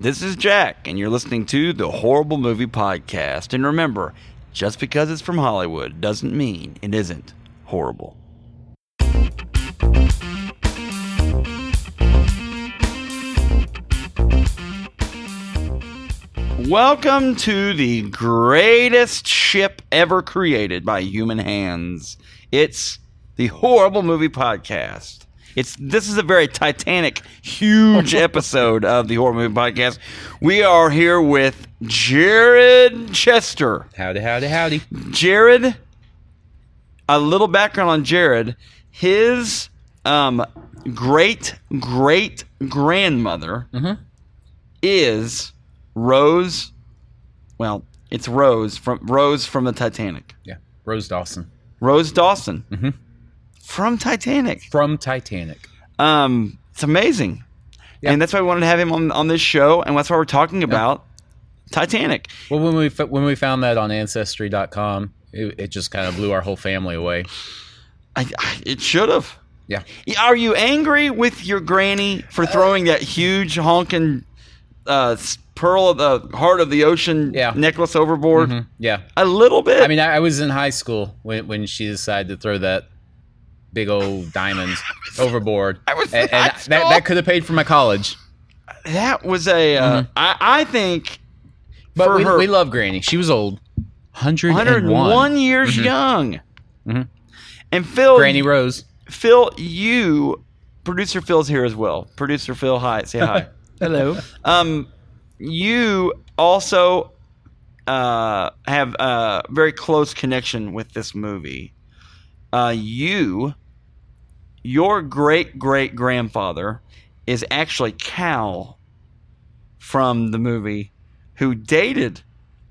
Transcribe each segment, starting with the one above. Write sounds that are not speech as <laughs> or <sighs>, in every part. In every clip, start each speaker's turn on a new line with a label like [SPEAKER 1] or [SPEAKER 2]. [SPEAKER 1] This is Jack, and you're listening to the Horrible Movie Podcast. And remember, just because it's from Hollywood doesn't mean it isn't horrible. Welcome to the greatest ship ever created by human hands. It's the Horrible Movie Podcast. It's this is a very Titanic, huge episode of the Horror Movie Podcast. We are here with Jared Chester.
[SPEAKER 2] Howdy, howdy, howdy.
[SPEAKER 1] Jared, a little background on Jared. His um, great great grandmother is Rose. Well, it's Rose from Rose from the Titanic.
[SPEAKER 2] Yeah, Rose Dawson
[SPEAKER 1] Rose Dawson
[SPEAKER 2] Mhm.
[SPEAKER 1] from Titanic.
[SPEAKER 2] from Titanic.
[SPEAKER 1] Um, it's amazing,
[SPEAKER 2] Yeah.
[SPEAKER 1] and that's why we wanted to have him on on this show, and that's why we're talking about Titanic.
[SPEAKER 2] Well, when we fo- when we found that on Ancestry.com, it, it just kind of blew our whole family away.
[SPEAKER 1] I, I, it should have.
[SPEAKER 2] Yeah,
[SPEAKER 1] Are you angry with your granny for throwing that huge honking uh, s- pearl of the heart of the ocean
[SPEAKER 2] Yeah.
[SPEAKER 1] necklace overboard?
[SPEAKER 2] Mhm. yeah.
[SPEAKER 1] A little bit.
[SPEAKER 2] I mean, I, I was in high school when when she decided to throw that big old diamond overboard.
[SPEAKER 1] I was in
[SPEAKER 2] and, and
[SPEAKER 1] high
[SPEAKER 2] that that could have paid for my college.
[SPEAKER 1] that was a. Uh,
[SPEAKER 2] Mm-hmm.
[SPEAKER 1] I, I think
[SPEAKER 2] But
[SPEAKER 1] for
[SPEAKER 2] we,
[SPEAKER 1] her,
[SPEAKER 2] we love Granny. She was old, hundred
[SPEAKER 1] 101 years young. And Phil,
[SPEAKER 2] Mm-hmm. Granny Rose.
[SPEAKER 1] Phil, you, producer Phil's here as well. Producer Phil, hi, say
[SPEAKER 2] <laughs>
[SPEAKER 1] hi.
[SPEAKER 3] Hello.
[SPEAKER 1] Um, you also uh, have a very close connection with this movie. Uh, you, your great great grandfather, is actually Cal from the movie, who dated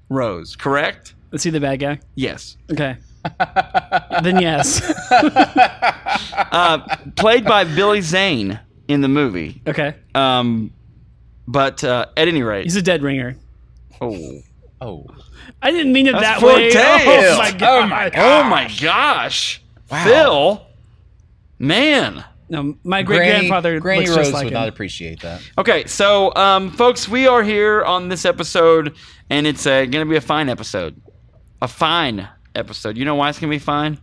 [SPEAKER 1] Rose. Correct?
[SPEAKER 3] Let's see the bad guy.
[SPEAKER 1] Yes.
[SPEAKER 3] Okay. then yes.
[SPEAKER 1] Uh, played
[SPEAKER 3] <laughs>
[SPEAKER 1] by Billy Zane in the movie.
[SPEAKER 3] Okay.
[SPEAKER 1] Um, but uh, at any rate,
[SPEAKER 3] He's a dead ringer.
[SPEAKER 1] oh.
[SPEAKER 2] Oh,
[SPEAKER 3] I didn't mean it
[SPEAKER 1] That's
[SPEAKER 3] that way.
[SPEAKER 1] forte.
[SPEAKER 3] Oh my
[SPEAKER 1] Oh
[SPEAKER 3] god.
[SPEAKER 1] Oh my gosh.
[SPEAKER 2] Wow.
[SPEAKER 1] Phil. Man.
[SPEAKER 3] No, my great
[SPEAKER 2] Granny,
[SPEAKER 3] grandfather
[SPEAKER 2] Granny
[SPEAKER 3] looks
[SPEAKER 2] Rose
[SPEAKER 3] just like
[SPEAKER 2] would
[SPEAKER 3] him.
[SPEAKER 2] not appreciate that.
[SPEAKER 1] Okay, so um, folks, we are here on this episode, and it's uh, going to be a fine episode. A fine episode. You know why it's going to be fine?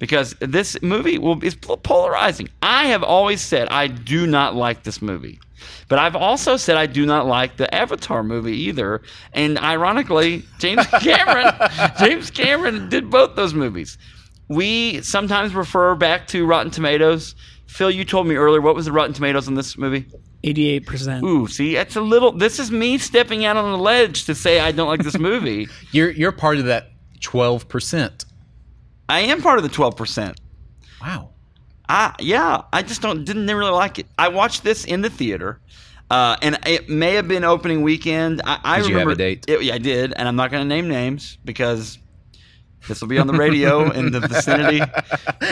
[SPEAKER 1] Because this movie will is polarizing. I have always said I do not like this movie, but I've also said I do not like the Avatar movie either. And ironically, James Cameron, James Cameron did both those movies. We sometimes refer back to Rotten Tomatoes. Phil, you told me earlier what was the Rotten Tomatoes on this movie?
[SPEAKER 3] 88%.
[SPEAKER 1] Ooh, see, that's a little. This is me stepping out on a ledge to say I don't like
[SPEAKER 2] <laughs>
[SPEAKER 1] this movie.
[SPEAKER 2] You're you're part of that twelve percent.
[SPEAKER 1] I am part of the twelve percent.
[SPEAKER 2] Wow.
[SPEAKER 1] I yeah, I just don't didn't really like it. I watched this in the theater, uh, and it may have been opening weekend. I, I
[SPEAKER 2] Did you have
[SPEAKER 1] remember
[SPEAKER 2] a date?
[SPEAKER 1] It, yeah, I did, and I'm not going to name names because this will be on the radio in the
[SPEAKER 2] <laughs>
[SPEAKER 1] vicinity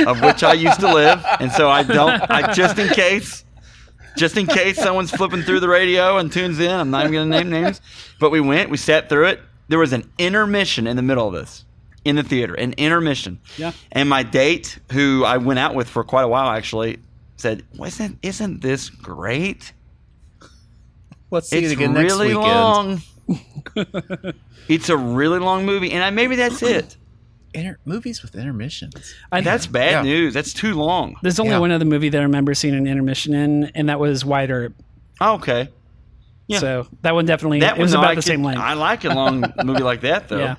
[SPEAKER 1] of which I used to live, and so I don't. I just in case. Just in case someone's flipping through the radio and tunes in, I'm not even going to name names. But we went, we sat through it. There was an intermission in the middle of this in the theater, an intermission.
[SPEAKER 3] Yeah.
[SPEAKER 1] And my date, who I went out with for quite a while actually, said, well, "Isn't isn't this great?
[SPEAKER 2] Let's see
[SPEAKER 1] It's
[SPEAKER 2] it again next
[SPEAKER 1] really
[SPEAKER 2] weekend.
[SPEAKER 3] <laughs>
[SPEAKER 1] long. it's a really long movie, and I, maybe that's it.
[SPEAKER 2] Inter- movies with intermissions.
[SPEAKER 3] I,
[SPEAKER 1] That's bad
[SPEAKER 2] Yeah.
[SPEAKER 1] news. That's too long.
[SPEAKER 3] There's only
[SPEAKER 2] Yeah.
[SPEAKER 3] one other movie that I remember seeing an intermission in, and that was Wide Earp.
[SPEAKER 1] Okay, Yeah.
[SPEAKER 3] So that one definitely
[SPEAKER 1] that
[SPEAKER 3] it was
[SPEAKER 1] one,
[SPEAKER 3] about
[SPEAKER 1] I
[SPEAKER 3] the
[SPEAKER 1] could-
[SPEAKER 3] same length.
[SPEAKER 1] I like a long movie like that though.
[SPEAKER 3] <laughs> yeah.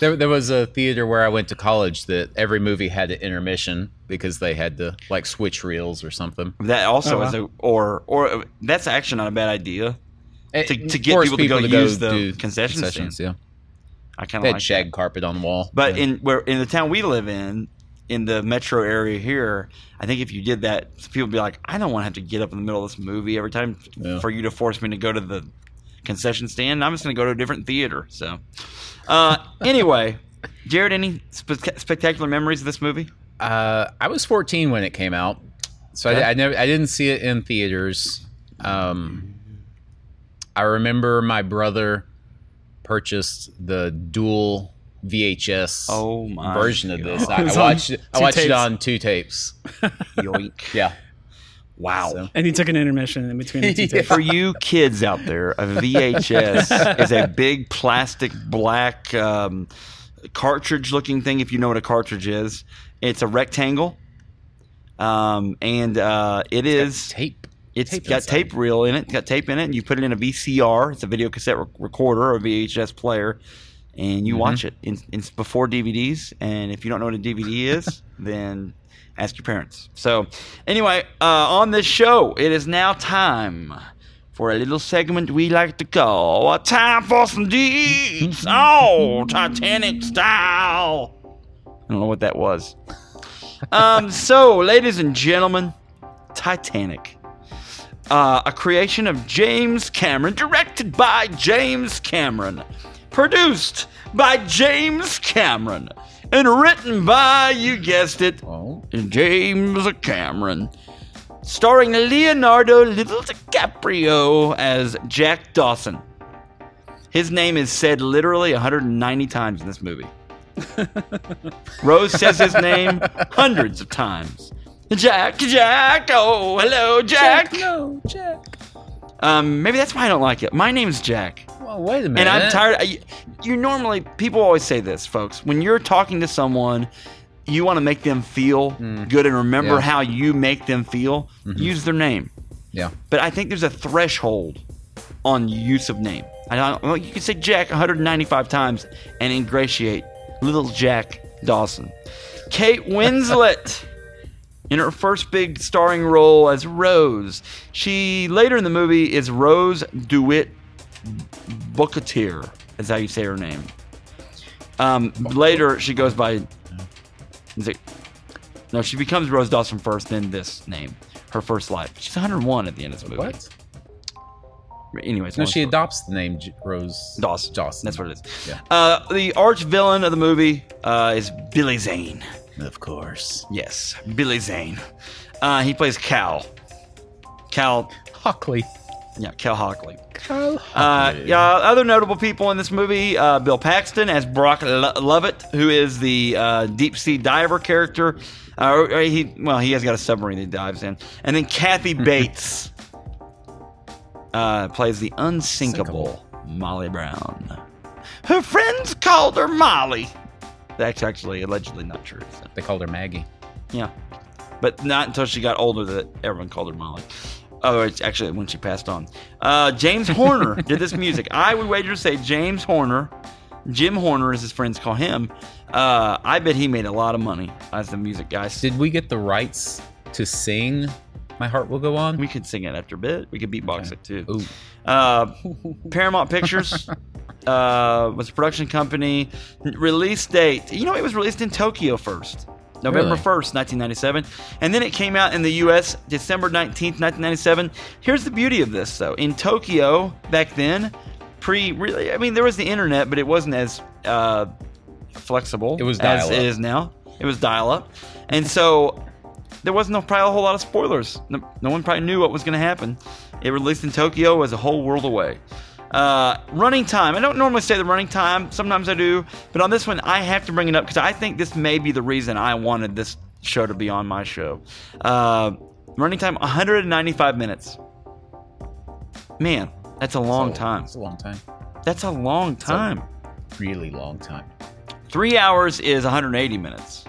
[SPEAKER 2] There, there was a theater where I went to college that every movie had an intermission because they had to like switch reels or something
[SPEAKER 1] That also
[SPEAKER 3] Oh,
[SPEAKER 1] is a or or that's actually not a bad idea.
[SPEAKER 2] to,
[SPEAKER 1] to get people to go use the concession
[SPEAKER 2] Yeah,
[SPEAKER 1] I kind
[SPEAKER 2] they
[SPEAKER 1] of
[SPEAKER 2] had
[SPEAKER 1] like that.
[SPEAKER 2] shag carpet on the wall.
[SPEAKER 1] But
[SPEAKER 2] Yeah.
[SPEAKER 1] in where in the town we live in, in the metro area here, I think if you did that, people would be like, I don't want to have to get up in the middle of this movie every time
[SPEAKER 2] Yeah.
[SPEAKER 1] for you to force me to go to the concession stand. I'm just going to go to a different theater. So, uh, anyway, Jared, any spe- spectacular memories of this movie?
[SPEAKER 2] uh, I was 14 when it came out, so I
[SPEAKER 1] Okay.
[SPEAKER 2] di- I, never I didn't see it in theaters. Um, I remember my brother purchased the dual VHS
[SPEAKER 1] Oh my
[SPEAKER 2] version of this. I,
[SPEAKER 3] It was
[SPEAKER 2] I
[SPEAKER 3] on
[SPEAKER 2] watched it. I
[SPEAKER 3] two
[SPEAKER 2] watched it
[SPEAKER 3] tapes.
[SPEAKER 2] on two tapes.
[SPEAKER 1] yoink!
[SPEAKER 2] Yeah.
[SPEAKER 1] Wow.
[SPEAKER 2] So-
[SPEAKER 3] And he took an intermission in between the two
[SPEAKER 2] Yeah.
[SPEAKER 3] takes.
[SPEAKER 1] For you kids out there, a VHS is a big plastic black um, cartridge looking thing, if you know what a cartridge is. It's a rectangle. Um, and uh, it is.
[SPEAKER 2] tape.
[SPEAKER 1] It's
[SPEAKER 2] tape
[SPEAKER 1] got
[SPEAKER 2] inside.
[SPEAKER 1] tape reel in it. Got tape in it. And you put it in a VCR. It's a video cassette rec- recorder or VHS player, and you watch
[SPEAKER 2] Mm-hmm.
[SPEAKER 1] it. In, it's before DVDs. And if you don't know what a DVD
[SPEAKER 2] <laughs>
[SPEAKER 1] is, then ask your parents. So, anyway, uh, on this show, it is now time for a little segment we like to call a "Time for Some
[SPEAKER 2] <laughs>
[SPEAKER 1] Deeds," oh Titanic style. I don't know what that was. Um, so, ladies and gentlemen, Titanic uh, a creation of James Cameron, directed by James Cameron, produced by James Cameron, and written by, you guessed it,
[SPEAKER 2] Oh,
[SPEAKER 1] James Cameron. Starring Leonardo Little DiCaprio as Jack Dawson. His name is said literally 190 times in this
[SPEAKER 2] <laughs>
[SPEAKER 1] movie. Rose says his name hundreds of times. Jack, Jack, oh, hello, Jack.
[SPEAKER 2] no, Jack.
[SPEAKER 1] Um, maybe that's why I don't like it. My name's Jack,
[SPEAKER 2] Well, wait a
[SPEAKER 1] and
[SPEAKER 2] minute.
[SPEAKER 1] I'm tired. I, you normally people always say this, folks. When you're talking to someone, you want to make them feel good and remember
[SPEAKER 2] Yeah.
[SPEAKER 1] how you make them feel. Use their name,
[SPEAKER 2] Yeah.
[SPEAKER 1] but I think there's a threshold on use of name. I don't, well, you can say Jack 195 times and ingratiate little Jack Dawson. Kate Winslet. <laughs> in her first big starring role as Rose. She later in the movie is Rose DeWitt Bucketeer, is how you say her name. Um, later she goes by. Is it, no, she becomes Rose Dawson first, then this name. Her first life. She's 101 at the end of this movie.
[SPEAKER 2] What?
[SPEAKER 1] Anyways,
[SPEAKER 2] No,
[SPEAKER 1] long
[SPEAKER 2] she
[SPEAKER 1] story.
[SPEAKER 2] adopts the name J- Rose
[SPEAKER 1] Dawson.
[SPEAKER 2] Dawson.
[SPEAKER 1] That's what it is.
[SPEAKER 2] Yeah.
[SPEAKER 1] Uh, the arch villain of the movie uh, is Billy Zane.
[SPEAKER 2] Of course.
[SPEAKER 1] Yes, Billy Zane. Uh, he plays Cal. Cal
[SPEAKER 2] Hockley.
[SPEAKER 1] Yeah, Cal Hockley.
[SPEAKER 2] Kyle
[SPEAKER 1] Uh, yeah, other notable people in this movie: uh, Bill Paxton as Brock Lo- Lovett, who is the uh, deep sea diver character. Uh, or- or he well, he has got a submarine that he dives in, and then Kathy Bates uh, plays the unsinkable Molly Brown. Her friends called her Molly. That's actually allegedly not true. so.
[SPEAKER 2] They called her Maggie.
[SPEAKER 1] Yeah. But not until she got older that everyone called her Molly. Oh, it's actually when she passed on. Uh, James Horner did this music. I would wager to say James Horner, Jim Horner, as his friends call him. Uh, I bet he made a lot of money as the music guy.
[SPEAKER 2] Did we get the rights to sing My Heart Will Go On?
[SPEAKER 1] We could sing it after a bit. We could beatbox it too.
[SPEAKER 2] Ooh. <laughs>
[SPEAKER 1] Uh, Paramount Pictures uh, was a production company. N- Release date, you know, it was released in Tokyo first, November
[SPEAKER 2] Really?
[SPEAKER 1] 1st, 1997. And then it came out in the US December 19th, 1997. Here's the beauty of this, though. In Tokyo back then, pre really, I mean, there was the internet, but it wasn't as uh, flexible
[SPEAKER 2] It was
[SPEAKER 1] as
[SPEAKER 2] dial-up.
[SPEAKER 1] it is now. It was dial up. And so there wasn't no- probably a whole lot of spoilers. No, no one probably knew what was going to happen. It released in Tokyo, was a whole world away. Uh, running time. I don't normally say the running time. Sometimes I do, but on this one, I have to bring it up because I think this may be the reason I wanted this show to be on my show. Uh, running time: 195 minutes. Man, that's a long
[SPEAKER 2] So,
[SPEAKER 1] time.
[SPEAKER 2] It's a long time.
[SPEAKER 1] That's a long time.
[SPEAKER 2] Really long time.
[SPEAKER 1] Three hours is 180 minutes,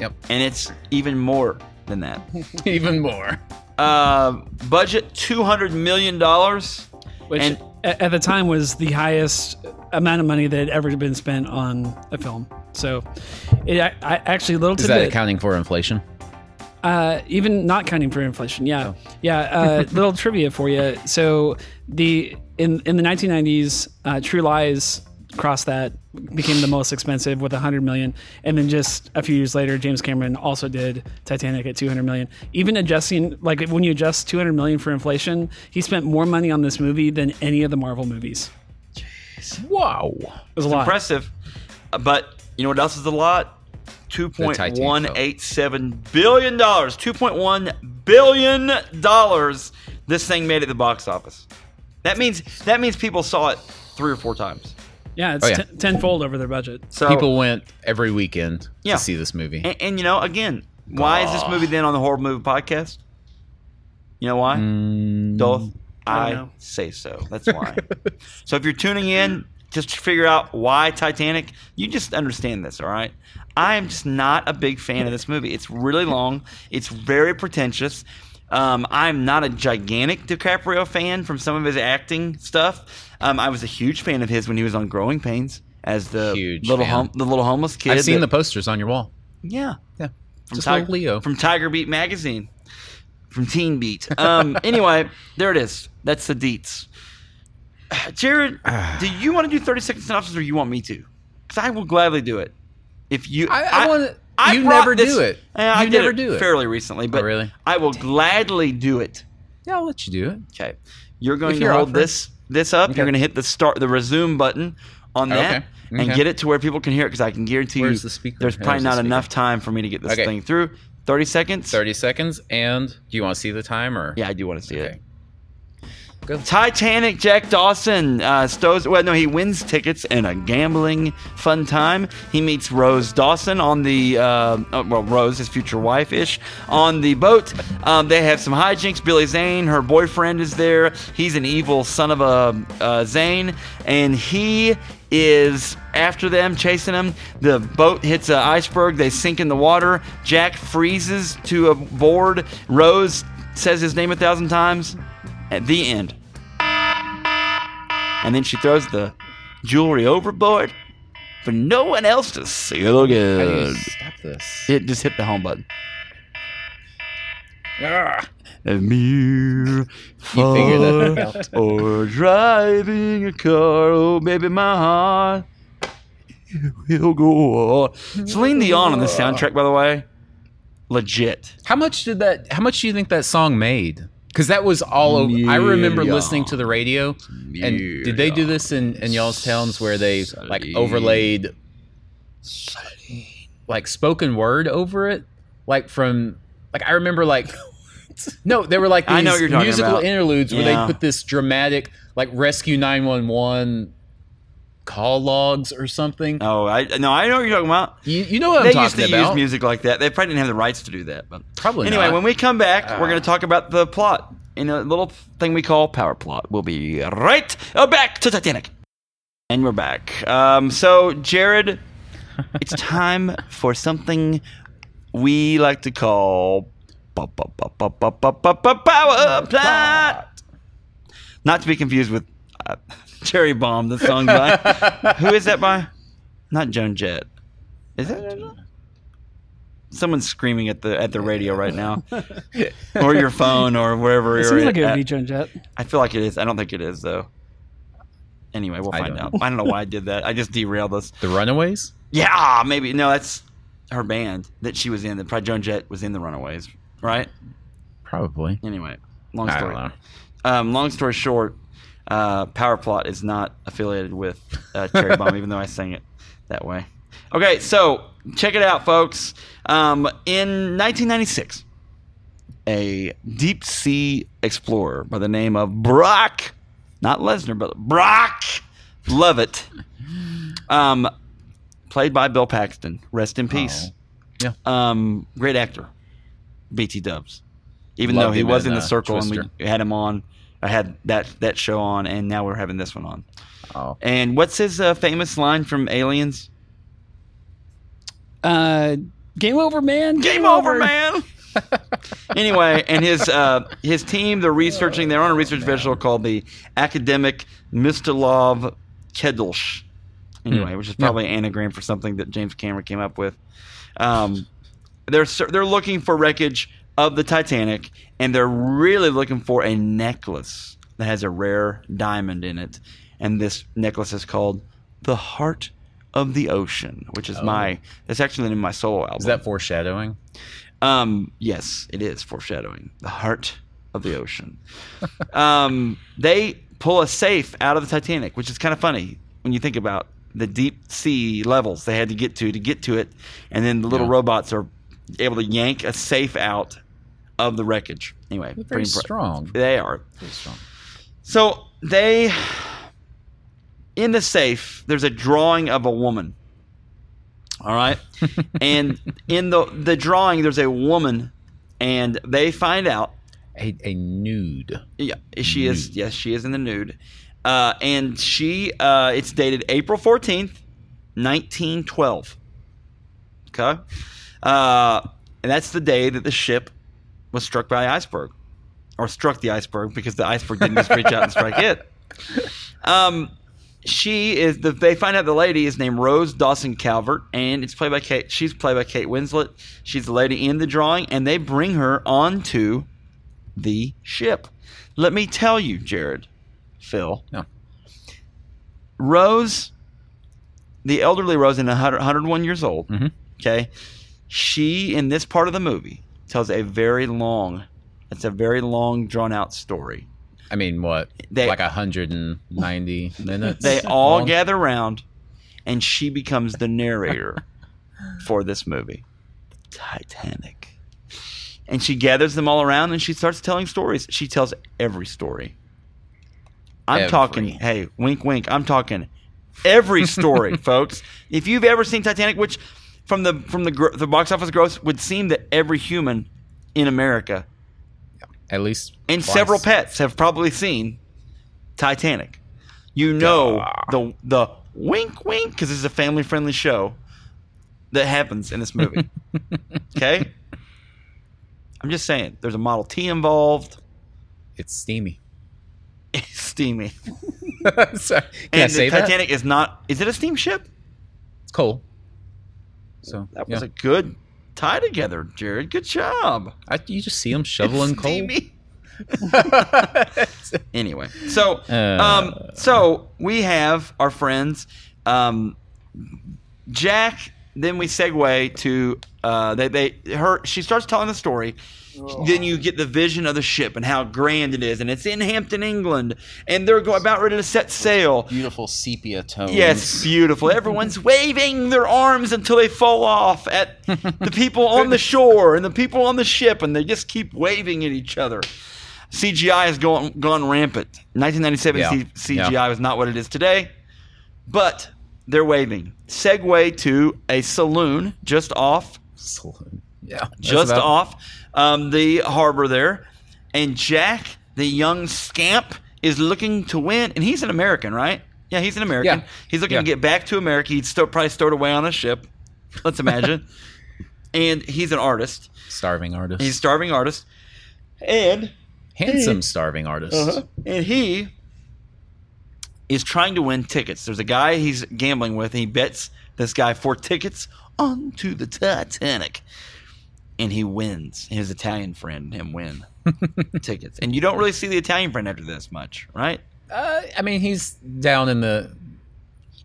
[SPEAKER 2] Yep.
[SPEAKER 1] and it's even more than that.
[SPEAKER 2] <laughs> Even more.
[SPEAKER 1] Uh, budget two hundred million dollars.
[SPEAKER 3] Which
[SPEAKER 1] And-
[SPEAKER 3] a- at the time was the highest amount of money that had ever been spent on a film. So it, I, I actually little
[SPEAKER 2] Is that
[SPEAKER 3] tidbit,
[SPEAKER 2] accounting for inflation?
[SPEAKER 3] uh, even not counting for inflation. Yeah,
[SPEAKER 2] Oh.
[SPEAKER 3] yeah.
[SPEAKER 2] <laughs>
[SPEAKER 3] Uh, little trivia for you. So the in in the 1990s, uh, True Lies crossed that became the most expensive with 100 million and then just a few years later James Cameron also did Titanic at 200 million even adjusting like when you adjust 200 million for inflation he spent more money on this movie than any of the Marvel movies
[SPEAKER 2] Wow.
[SPEAKER 3] It was a lot.
[SPEAKER 1] Impressive. Uh, But you know what else is a lot? Two point one eight seven billion dollars. Two point one billion dollars. This thing made it at the box office. That means that means people saw it three or four times.
[SPEAKER 3] Yeah, it's
[SPEAKER 2] Oh, yeah.
[SPEAKER 3] ten- tenfold over their budget.
[SPEAKER 1] So
[SPEAKER 2] People went every weekend
[SPEAKER 1] Yeah.
[SPEAKER 2] to see this movie.
[SPEAKER 1] and, and you know again, why is this
[SPEAKER 2] Gah.
[SPEAKER 1] movie then on the horror movie podcast? You know why?
[SPEAKER 2] Mm,
[SPEAKER 1] Dolph,
[SPEAKER 3] I
[SPEAKER 1] I,
[SPEAKER 3] don't know.
[SPEAKER 1] say so. That's why. so if you're tuning in, just to figure out why Titanic, you just understand this, all right? I am just not a big fan of this movie. It's really long, it's very pretentious. Um, I'm not a gigantic DiCaprio fan from some of his acting stuff. Um, I was a huge fan of his when he was on Growing Pains as the
[SPEAKER 2] Huge
[SPEAKER 1] little
[SPEAKER 2] fan.
[SPEAKER 1] hom- the little homeless kid.
[SPEAKER 2] I've seen the
[SPEAKER 1] that-
[SPEAKER 2] posters on your wall.
[SPEAKER 1] yeah
[SPEAKER 2] Yeah. Just
[SPEAKER 1] Tig-
[SPEAKER 2] like Leo.
[SPEAKER 1] from Tiger Beat magazine, from Teen Beat. Um, <laughs> anyway, there it is. That's the deets. <sighs>
[SPEAKER 2] <sighs>
[SPEAKER 1] Jared, do you want to do thirty second synopsis, or you want me to? Because I will gladly do it. If you,
[SPEAKER 2] I, I, want
[SPEAKER 1] I
[SPEAKER 2] you
[SPEAKER 1] brought
[SPEAKER 2] never
[SPEAKER 1] this-
[SPEAKER 2] do it.
[SPEAKER 1] Eh, I
[SPEAKER 2] you
[SPEAKER 1] did
[SPEAKER 2] never do it.
[SPEAKER 1] fairly recently, but
[SPEAKER 2] Oh, really?
[SPEAKER 1] I will gladly do it.
[SPEAKER 2] Yeah, I'll let you do it.
[SPEAKER 1] Okay, you're going
[SPEAKER 2] If
[SPEAKER 1] to
[SPEAKER 2] you're
[SPEAKER 1] hold
[SPEAKER 2] offering.
[SPEAKER 1] this this up.
[SPEAKER 2] Okay.
[SPEAKER 1] You're going to hit the start the resume button on that
[SPEAKER 2] Okay.
[SPEAKER 1] and
[SPEAKER 2] Okay.
[SPEAKER 1] get it to where people can hear it. Because I can guarantee
[SPEAKER 2] Where's
[SPEAKER 1] you,
[SPEAKER 2] the speaker?
[SPEAKER 1] there's probably
[SPEAKER 2] Where's the
[SPEAKER 1] not
[SPEAKER 2] speaker?
[SPEAKER 1] enough time for me to get this
[SPEAKER 2] Okay.
[SPEAKER 1] thing through. Thirty seconds.
[SPEAKER 2] 30 seconds. And do you want to see the timer?
[SPEAKER 1] Yeah, I do want to see
[SPEAKER 2] Okay.
[SPEAKER 1] it.
[SPEAKER 2] Go.
[SPEAKER 1] Titanic Jack Dawson uh, stows. Well, no, he wins tickets in a gambling fun time. He meets Rose Dawson on the uh, oh, well, Rose, his future wife ish, on the boat. Um, they have some hijinks. Billy Zane, her boyfriend, is there. He's an evil son of a uh, Zane, and he is after them, chasing them. The boat hits an iceberg. They sink in the water. Jack freezes to a board. Rose says his name a thousand times. At the end. And then she throws the jewelry overboard for no one else to see it
[SPEAKER 2] How do you
[SPEAKER 1] again.
[SPEAKER 2] stop this?
[SPEAKER 1] It just hit the home button.
[SPEAKER 2] Ah,
[SPEAKER 1] A mere
[SPEAKER 2] You figured that
[SPEAKER 1] thought
[SPEAKER 2] out.
[SPEAKER 1] <laughs> or driving a car. Oh, baby, my heart will go on. Celine Dion on the soundtrack, by the way. Legit.
[SPEAKER 2] How much did that? How much do you think that song made? Because that was all over. I remember
[SPEAKER 1] Million.
[SPEAKER 2] listening to the radio, and did they do this in, in y'all's towns where they like
[SPEAKER 1] Celine.
[SPEAKER 2] overlaid like spoken word over it? Like from like I
[SPEAKER 1] <laughs>
[SPEAKER 2] remember like no, they were like these
[SPEAKER 1] I know what you're talking
[SPEAKER 2] musical
[SPEAKER 1] about.
[SPEAKER 2] interludes where
[SPEAKER 1] Yeah.
[SPEAKER 2] they put this dramatic like rescue nine one one call logs or something.
[SPEAKER 1] Oh, I no, I know what you're talking about.
[SPEAKER 2] You, you know what
[SPEAKER 1] they
[SPEAKER 2] I'm
[SPEAKER 1] used
[SPEAKER 2] talking
[SPEAKER 1] to
[SPEAKER 2] about?
[SPEAKER 1] use music like that. They probably didn't have the rights to do that. But
[SPEAKER 2] Probably
[SPEAKER 1] anyway,
[SPEAKER 2] not.
[SPEAKER 1] when we come back, we're
[SPEAKER 2] Ah.
[SPEAKER 1] going to talk about the plot in a little thing we call power plot. We'll be right back to Titanic, and we're back. Um, so Jared, it's time for something we like to call bu- bu- bu- bu- bu- bu- bu- bu- power plot. Not to be confused with uh, <laughs> Cherry Bomb, the song by who is that by? Not Joan Jett. Is that Joan Jett? Someone's screaming at the at the radio right now, or your phone, or wherever
[SPEAKER 3] It
[SPEAKER 1] you're
[SPEAKER 3] seems like it would
[SPEAKER 1] at.
[SPEAKER 3] be Joan Jett.
[SPEAKER 1] I feel like it is. I don't think it is though. Anyway, we'll
[SPEAKER 2] I
[SPEAKER 1] find
[SPEAKER 2] don't
[SPEAKER 1] out. I don't know why I did that. I just derailed us.
[SPEAKER 2] the Runaways.
[SPEAKER 1] Yeah, maybe no. That's her band that she was in. That probably Joan Jett was in the Runaways, right?
[SPEAKER 2] Probably.
[SPEAKER 1] Anyway, long
[SPEAKER 2] I
[SPEAKER 1] story.
[SPEAKER 2] don't know.
[SPEAKER 1] Um, long story short, uh, Power Plot is not affiliated with uh, Cherry Bomb, even though I sang it that way. Okay, so check it out, folks. Um, in 1996, a deep sea explorer by the name of Brock, not Lesnar, but Brock Lovett, um, played by Bill Paxton. Rest in
[SPEAKER 2] Oh.
[SPEAKER 1] peace.
[SPEAKER 2] Yeah.
[SPEAKER 1] Um, great actor, BT Dubs. Even
[SPEAKER 2] Loved
[SPEAKER 1] though he
[SPEAKER 2] him
[SPEAKER 1] was in
[SPEAKER 2] in,
[SPEAKER 1] the
[SPEAKER 2] uh,
[SPEAKER 1] circle and
[SPEAKER 2] Twister.
[SPEAKER 1] we had him on, I had that that show on, and now we're having this one on.
[SPEAKER 2] Oh.
[SPEAKER 1] And what's his uh, famous line from Aliens?
[SPEAKER 3] Uh, game over, man.
[SPEAKER 1] Game over, man. <laughs> anyway, and his uh, his team they're researching. They're on a research vessel called the Academic Mistilov Kedlsh. Anyway, which is probably an anagram for something that James Cameron came up with. Um, they're ser- they're looking for wreckage of the Titanic, and they're really looking for a necklace that has a rare diamond in it. And this necklace is called the Heart of the Ocean, which is my that's actually the name of my solo album.
[SPEAKER 2] Is that foreshadowing?
[SPEAKER 1] Um, yes, it is foreshadowing the heart of the ocean. um, they pull a safe out of the Titanic, which is kind of funny when you think about the deep sea levels they had to get to to get to it, and then the little
[SPEAKER 2] Yeah.
[SPEAKER 1] robots are able to yank a safe out of the wreckage. Anyway,
[SPEAKER 2] Very
[SPEAKER 1] impre-
[SPEAKER 2] strong.
[SPEAKER 1] They are.
[SPEAKER 2] Very strong.
[SPEAKER 1] So they in the safe there's a drawing of a woman. All right? and in the the drawing there's a woman and they find out
[SPEAKER 2] a, a nude.
[SPEAKER 1] Yeah, she is. Yes, she is in the nude, uh, and she. Uh, it's dated April fourteenth, nineteen twelve. Okay, uh, and that's the day that the ship was struck by iceberg, or struck the iceberg because the iceberg didn't just reach out and strike it. Um, she is the. They find out the lady is named Rose Dawson Calvert, and it's played by Kate. She's played by Kate Winslet. She's the lady in the drawing, and they bring her onto the ship. Let me tell you, Jared, Phil,
[SPEAKER 2] No.
[SPEAKER 1] Rose, the elderly Rose, in 100, 101 years old.
[SPEAKER 2] Mhm.
[SPEAKER 1] Okay, she in this part of the movie tells a very long. It's a very long, drawn out story.
[SPEAKER 2] I mean, what?
[SPEAKER 1] They-
[SPEAKER 2] like 190
[SPEAKER 1] <laughs>
[SPEAKER 2] minutes?
[SPEAKER 1] They all
[SPEAKER 2] long?
[SPEAKER 1] gather around, and she becomes the narrator for this movie, Titanic. And she gathers them all around, and she starts telling stories. She tells every story. I'm
[SPEAKER 2] Every.
[SPEAKER 1] talking, hey, wink, wink. I'm talking every story, folks. If you've ever seen Titanic, which from the from the gro- the box office gross would seem that every human in America
[SPEAKER 2] At least.
[SPEAKER 1] and
[SPEAKER 2] twice.
[SPEAKER 1] several pets have probably seen Titanic. You know the the wink wink because this is a family friendly show that happens in this
[SPEAKER 2] <laughs>
[SPEAKER 1] movie. okay, I'm just saying. There's a Model T involved. <laughs>
[SPEAKER 2] It's steamy. <laughs>
[SPEAKER 1] It's steamy.
[SPEAKER 2] Sorry. Can I
[SPEAKER 1] and
[SPEAKER 2] say
[SPEAKER 1] the
[SPEAKER 2] that?
[SPEAKER 1] Titanic is not. Is it a steamship?
[SPEAKER 2] It's cold. So
[SPEAKER 1] That was
[SPEAKER 2] yeah.
[SPEAKER 1] a good tie together, Jared. Good job.
[SPEAKER 2] I- you just see them shoveling
[SPEAKER 1] It's
[SPEAKER 2] coal.
[SPEAKER 1] steamy. anyway, so
[SPEAKER 2] Uh.
[SPEAKER 1] um, so we have our friends, um, Jack. Then we segue to uh, they they her she starts telling the story. Then you get the vision of the ship and how grand it is, and it's in Hampton, England, and they're go- about ready to set sail.
[SPEAKER 4] Beautiful sepia tones.
[SPEAKER 1] Yes, beautiful. Everyone's waving their arms until they fall off at the people on the shore and the people on the ship, and they just keep waving at each other. CGI has gone gone rampant. 1997
[SPEAKER 2] Yeah,
[SPEAKER 1] C-
[SPEAKER 2] yeah.
[SPEAKER 1] CGI was not what it is today, but they're waving. Segue to a saloon just off
[SPEAKER 2] Saloon. Yeah. that's
[SPEAKER 1] just
[SPEAKER 2] about-
[SPEAKER 1] off um, the harbor there. And Jack, the young scamp, is looking to win. And he's an American, right? Yeah, he's an American.
[SPEAKER 2] Yeah.
[SPEAKER 1] He's looking
[SPEAKER 2] Yeah.
[SPEAKER 1] to get back to America. He'd still probably stowed away on a ship. Let's
[SPEAKER 2] <laughs>
[SPEAKER 1] imagine. and he's an artist.
[SPEAKER 2] Starving artist.
[SPEAKER 1] He's a starving artist. And
[SPEAKER 2] handsome starving artist.
[SPEAKER 1] <laughs> and he is trying to win tickets. There's a guy he's gambling with, and he bets this guy for tickets onto the Titanic. And he wins. His Italian friend and him win
[SPEAKER 2] <laughs>
[SPEAKER 1] tickets. And you don't really see the Italian friend after this much, right?
[SPEAKER 2] Uh, I mean, he's down in the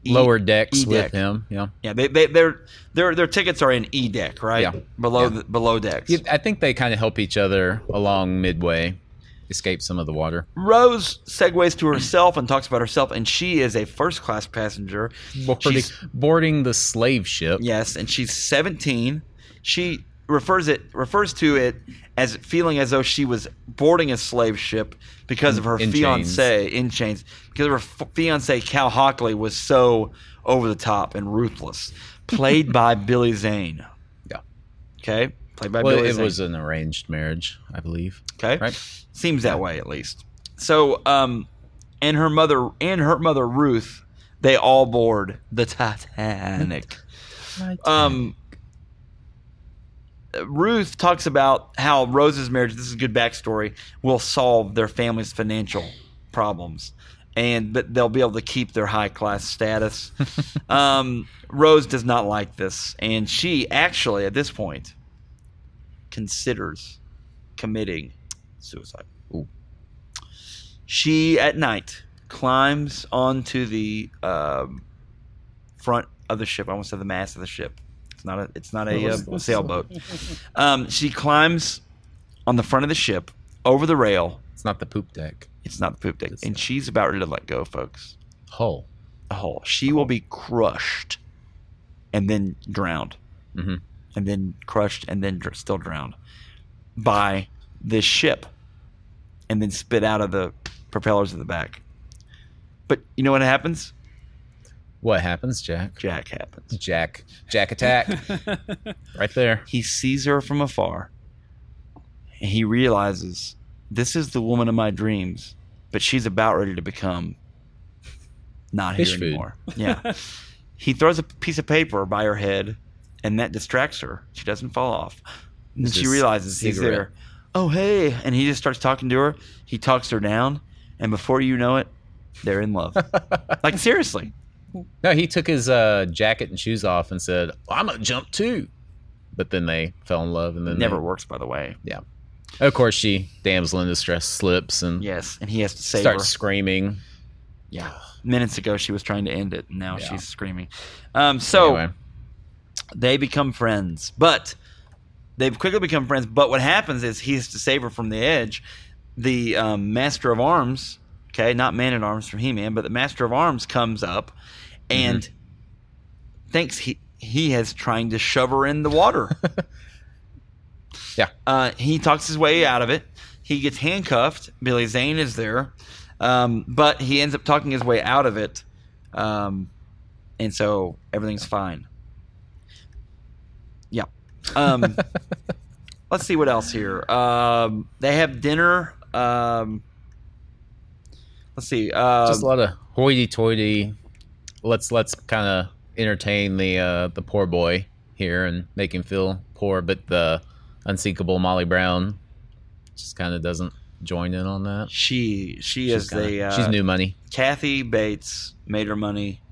[SPEAKER 1] E-
[SPEAKER 2] lower decks
[SPEAKER 1] E
[SPEAKER 2] with
[SPEAKER 1] deck.
[SPEAKER 2] him. Yeah.
[SPEAKER 1] Yeah, they, they their their their tickets are in E deck, right?
[SPEAKER 2] Yeah.
[SPEAKER 1] Below The, below decks.
[SPEAKER 2] Yeah, I think they kind of help each other along midway, escape some of the water.
[SPEAKER 1] Rose segues to herself and talks about herself, and she is a first class passenger.
[SPEAKER 2] Boarding,
[SPEAKER 1] She's-
[SPEAKER 2] boarding the slave ship.
[SPEAKER 1] Yes, and she's 17. She refers it refers to it as feeling as though she was boarding a slave ship because of her
[SPEAKER 2] In
[SPEAKER 1] fiance in chains because her f- fiance Cal Hockley was so over the top and ruthless, played by Billy Zane.
[SPEAKER 2] Yeah.
[SPEAKER 1] Okay, played by
[SPEAKER 2] Well,
[SPEAKER 1] Billy
[SPEAKER 2] it
[SPEAKER 1] Zane.
[SPEAKER 2] was an arranged marriage, I believe.
[SPEAKER 1] okay,
[SPEAKER 2] right?
[SPEAKER 1] seems that way at least. So, um, and her mother and her mother Ruth, they all board the Titanic. Um, Ruth talks about how Rose's marriage, this is good backstory, will solve their family's financial problems. And but they'll be able to keep their high class status. um, Rose does not like this, and she actually at this point considers committing suicide.
[SPEAKER 2] Ooh.
[SPEAKER 1] She at night climbs onto the um, front of the ship. I almost said the mast of the ship. It's not a. It's not a uh, sailboat. Um, she climbs on the front of the ship over the rail.
[SPEAKER 2] it's not the poop deck.
[SPEAKER 1] It's not the poop deck,
[SPEAKER 2] It's
[SPEAKER 1] and
[SPEAKER 2] not.
[SPEAKER 1] she's about ready to let go, folks.
[SPEAKER 2] Hull.
[SPEAKER 1] Oh, she will be crushed, and then drowned,
[SPEAKER 2] Mhm.
[SPEAKER 1] and then crushed, and then dr- still drowned by this ship, and then spit out of the propellers in the back. But you know what happens?
[SPEAKER 2] What happens, Jack?
[SPEAKER 1] Jack happens.
[SPEAKER 2] Jack. Jack attack.
[SPEAKER 1] <laughs>
[SPEAKER 2] right there.
[SPEAKER 1] He sees her from afar. And he realizes this is the woman of my dreams, but she's about ready to become not here
[SPEAKER 2] Fish food. <laughs>
[SPEAKER 1] anymore. Yeah. he throws a piece of paper by her head, and that distracts her. She doesn't fall off. And then
[SPEAKER 2] It's
[SPEAKER 1] she
[SPEAKER 2] just
[SPEAKER 1] realizes he's
[SPEAKER 2] cigarette.
[SPEAKER 1] there. Oh, hey. And he just starts talking to her. He talks her down. And before you know it, they're in
[SPEAKER 2] <laughs>
[SPEAKER 1] love. like, seriously.
[SPEAKER 2] No, he took his uh, jacket and shoes off and said, "I'm gonna jump too," but then they fell in love and then
[SPEAKER 1] Never
[SPEAKER 2] they-
[SPEAKER 1] works, by the way.
[SPEAKER 2] Yeah. Of course, she damsel in distress slips and
[SPEAKER 1] Yes. And he has to save
[SPEAKER 2] starts
[SPEAKER 1] her.
[SPEAKER 2] screaming.
[SPEAKER 1] Yeah. Minutes ago, she was trying to end it. and Now
[SPEAKER 2] Yeah.
[SPEAKER 1] she's screaming. Um, so
[SPEAKER 2] Anyway,
[SPEAKER 1] they become friends, but they've quickly become friends. But what happens is he has to save her from the edge. The um, master of arms, okay, not man at arms from He Man, but the master of arms comes up and
[SPEAKER 2] Mm-hmm.
[SPEAKER 1] thinks he he has trying to shove her in the water.
[SPEAKER 2] Yeah.
[SPEAKER 1] uh, he talks his way out of it. He gets handcuffed. Billy Zane is there, um, but he ends up talking his way out of it, um, and so everything's fine. Yeah.
[SPEAKER 2] <laughs>
[SPEAKER 1] Um, let's see what else here. Um, they have dinner. Um, let's see. Um,
[SPEAKER 2] just a lot of hoity-toity. Let's let's kind of entertain the uh, the poor boy here and make him feel poor, but the unseekable Molly Brown just kind of doesn't join in on that.
[SPEAKER 1] she she
[SPEAKER 2] She's
[SPEAKER 1] is
[SPEAKER 2] kinda-
[SPEAKER 1] the uh,
[SPEAKER 2] she's new money.
[SPEAKER 1] Kathy Bates made her money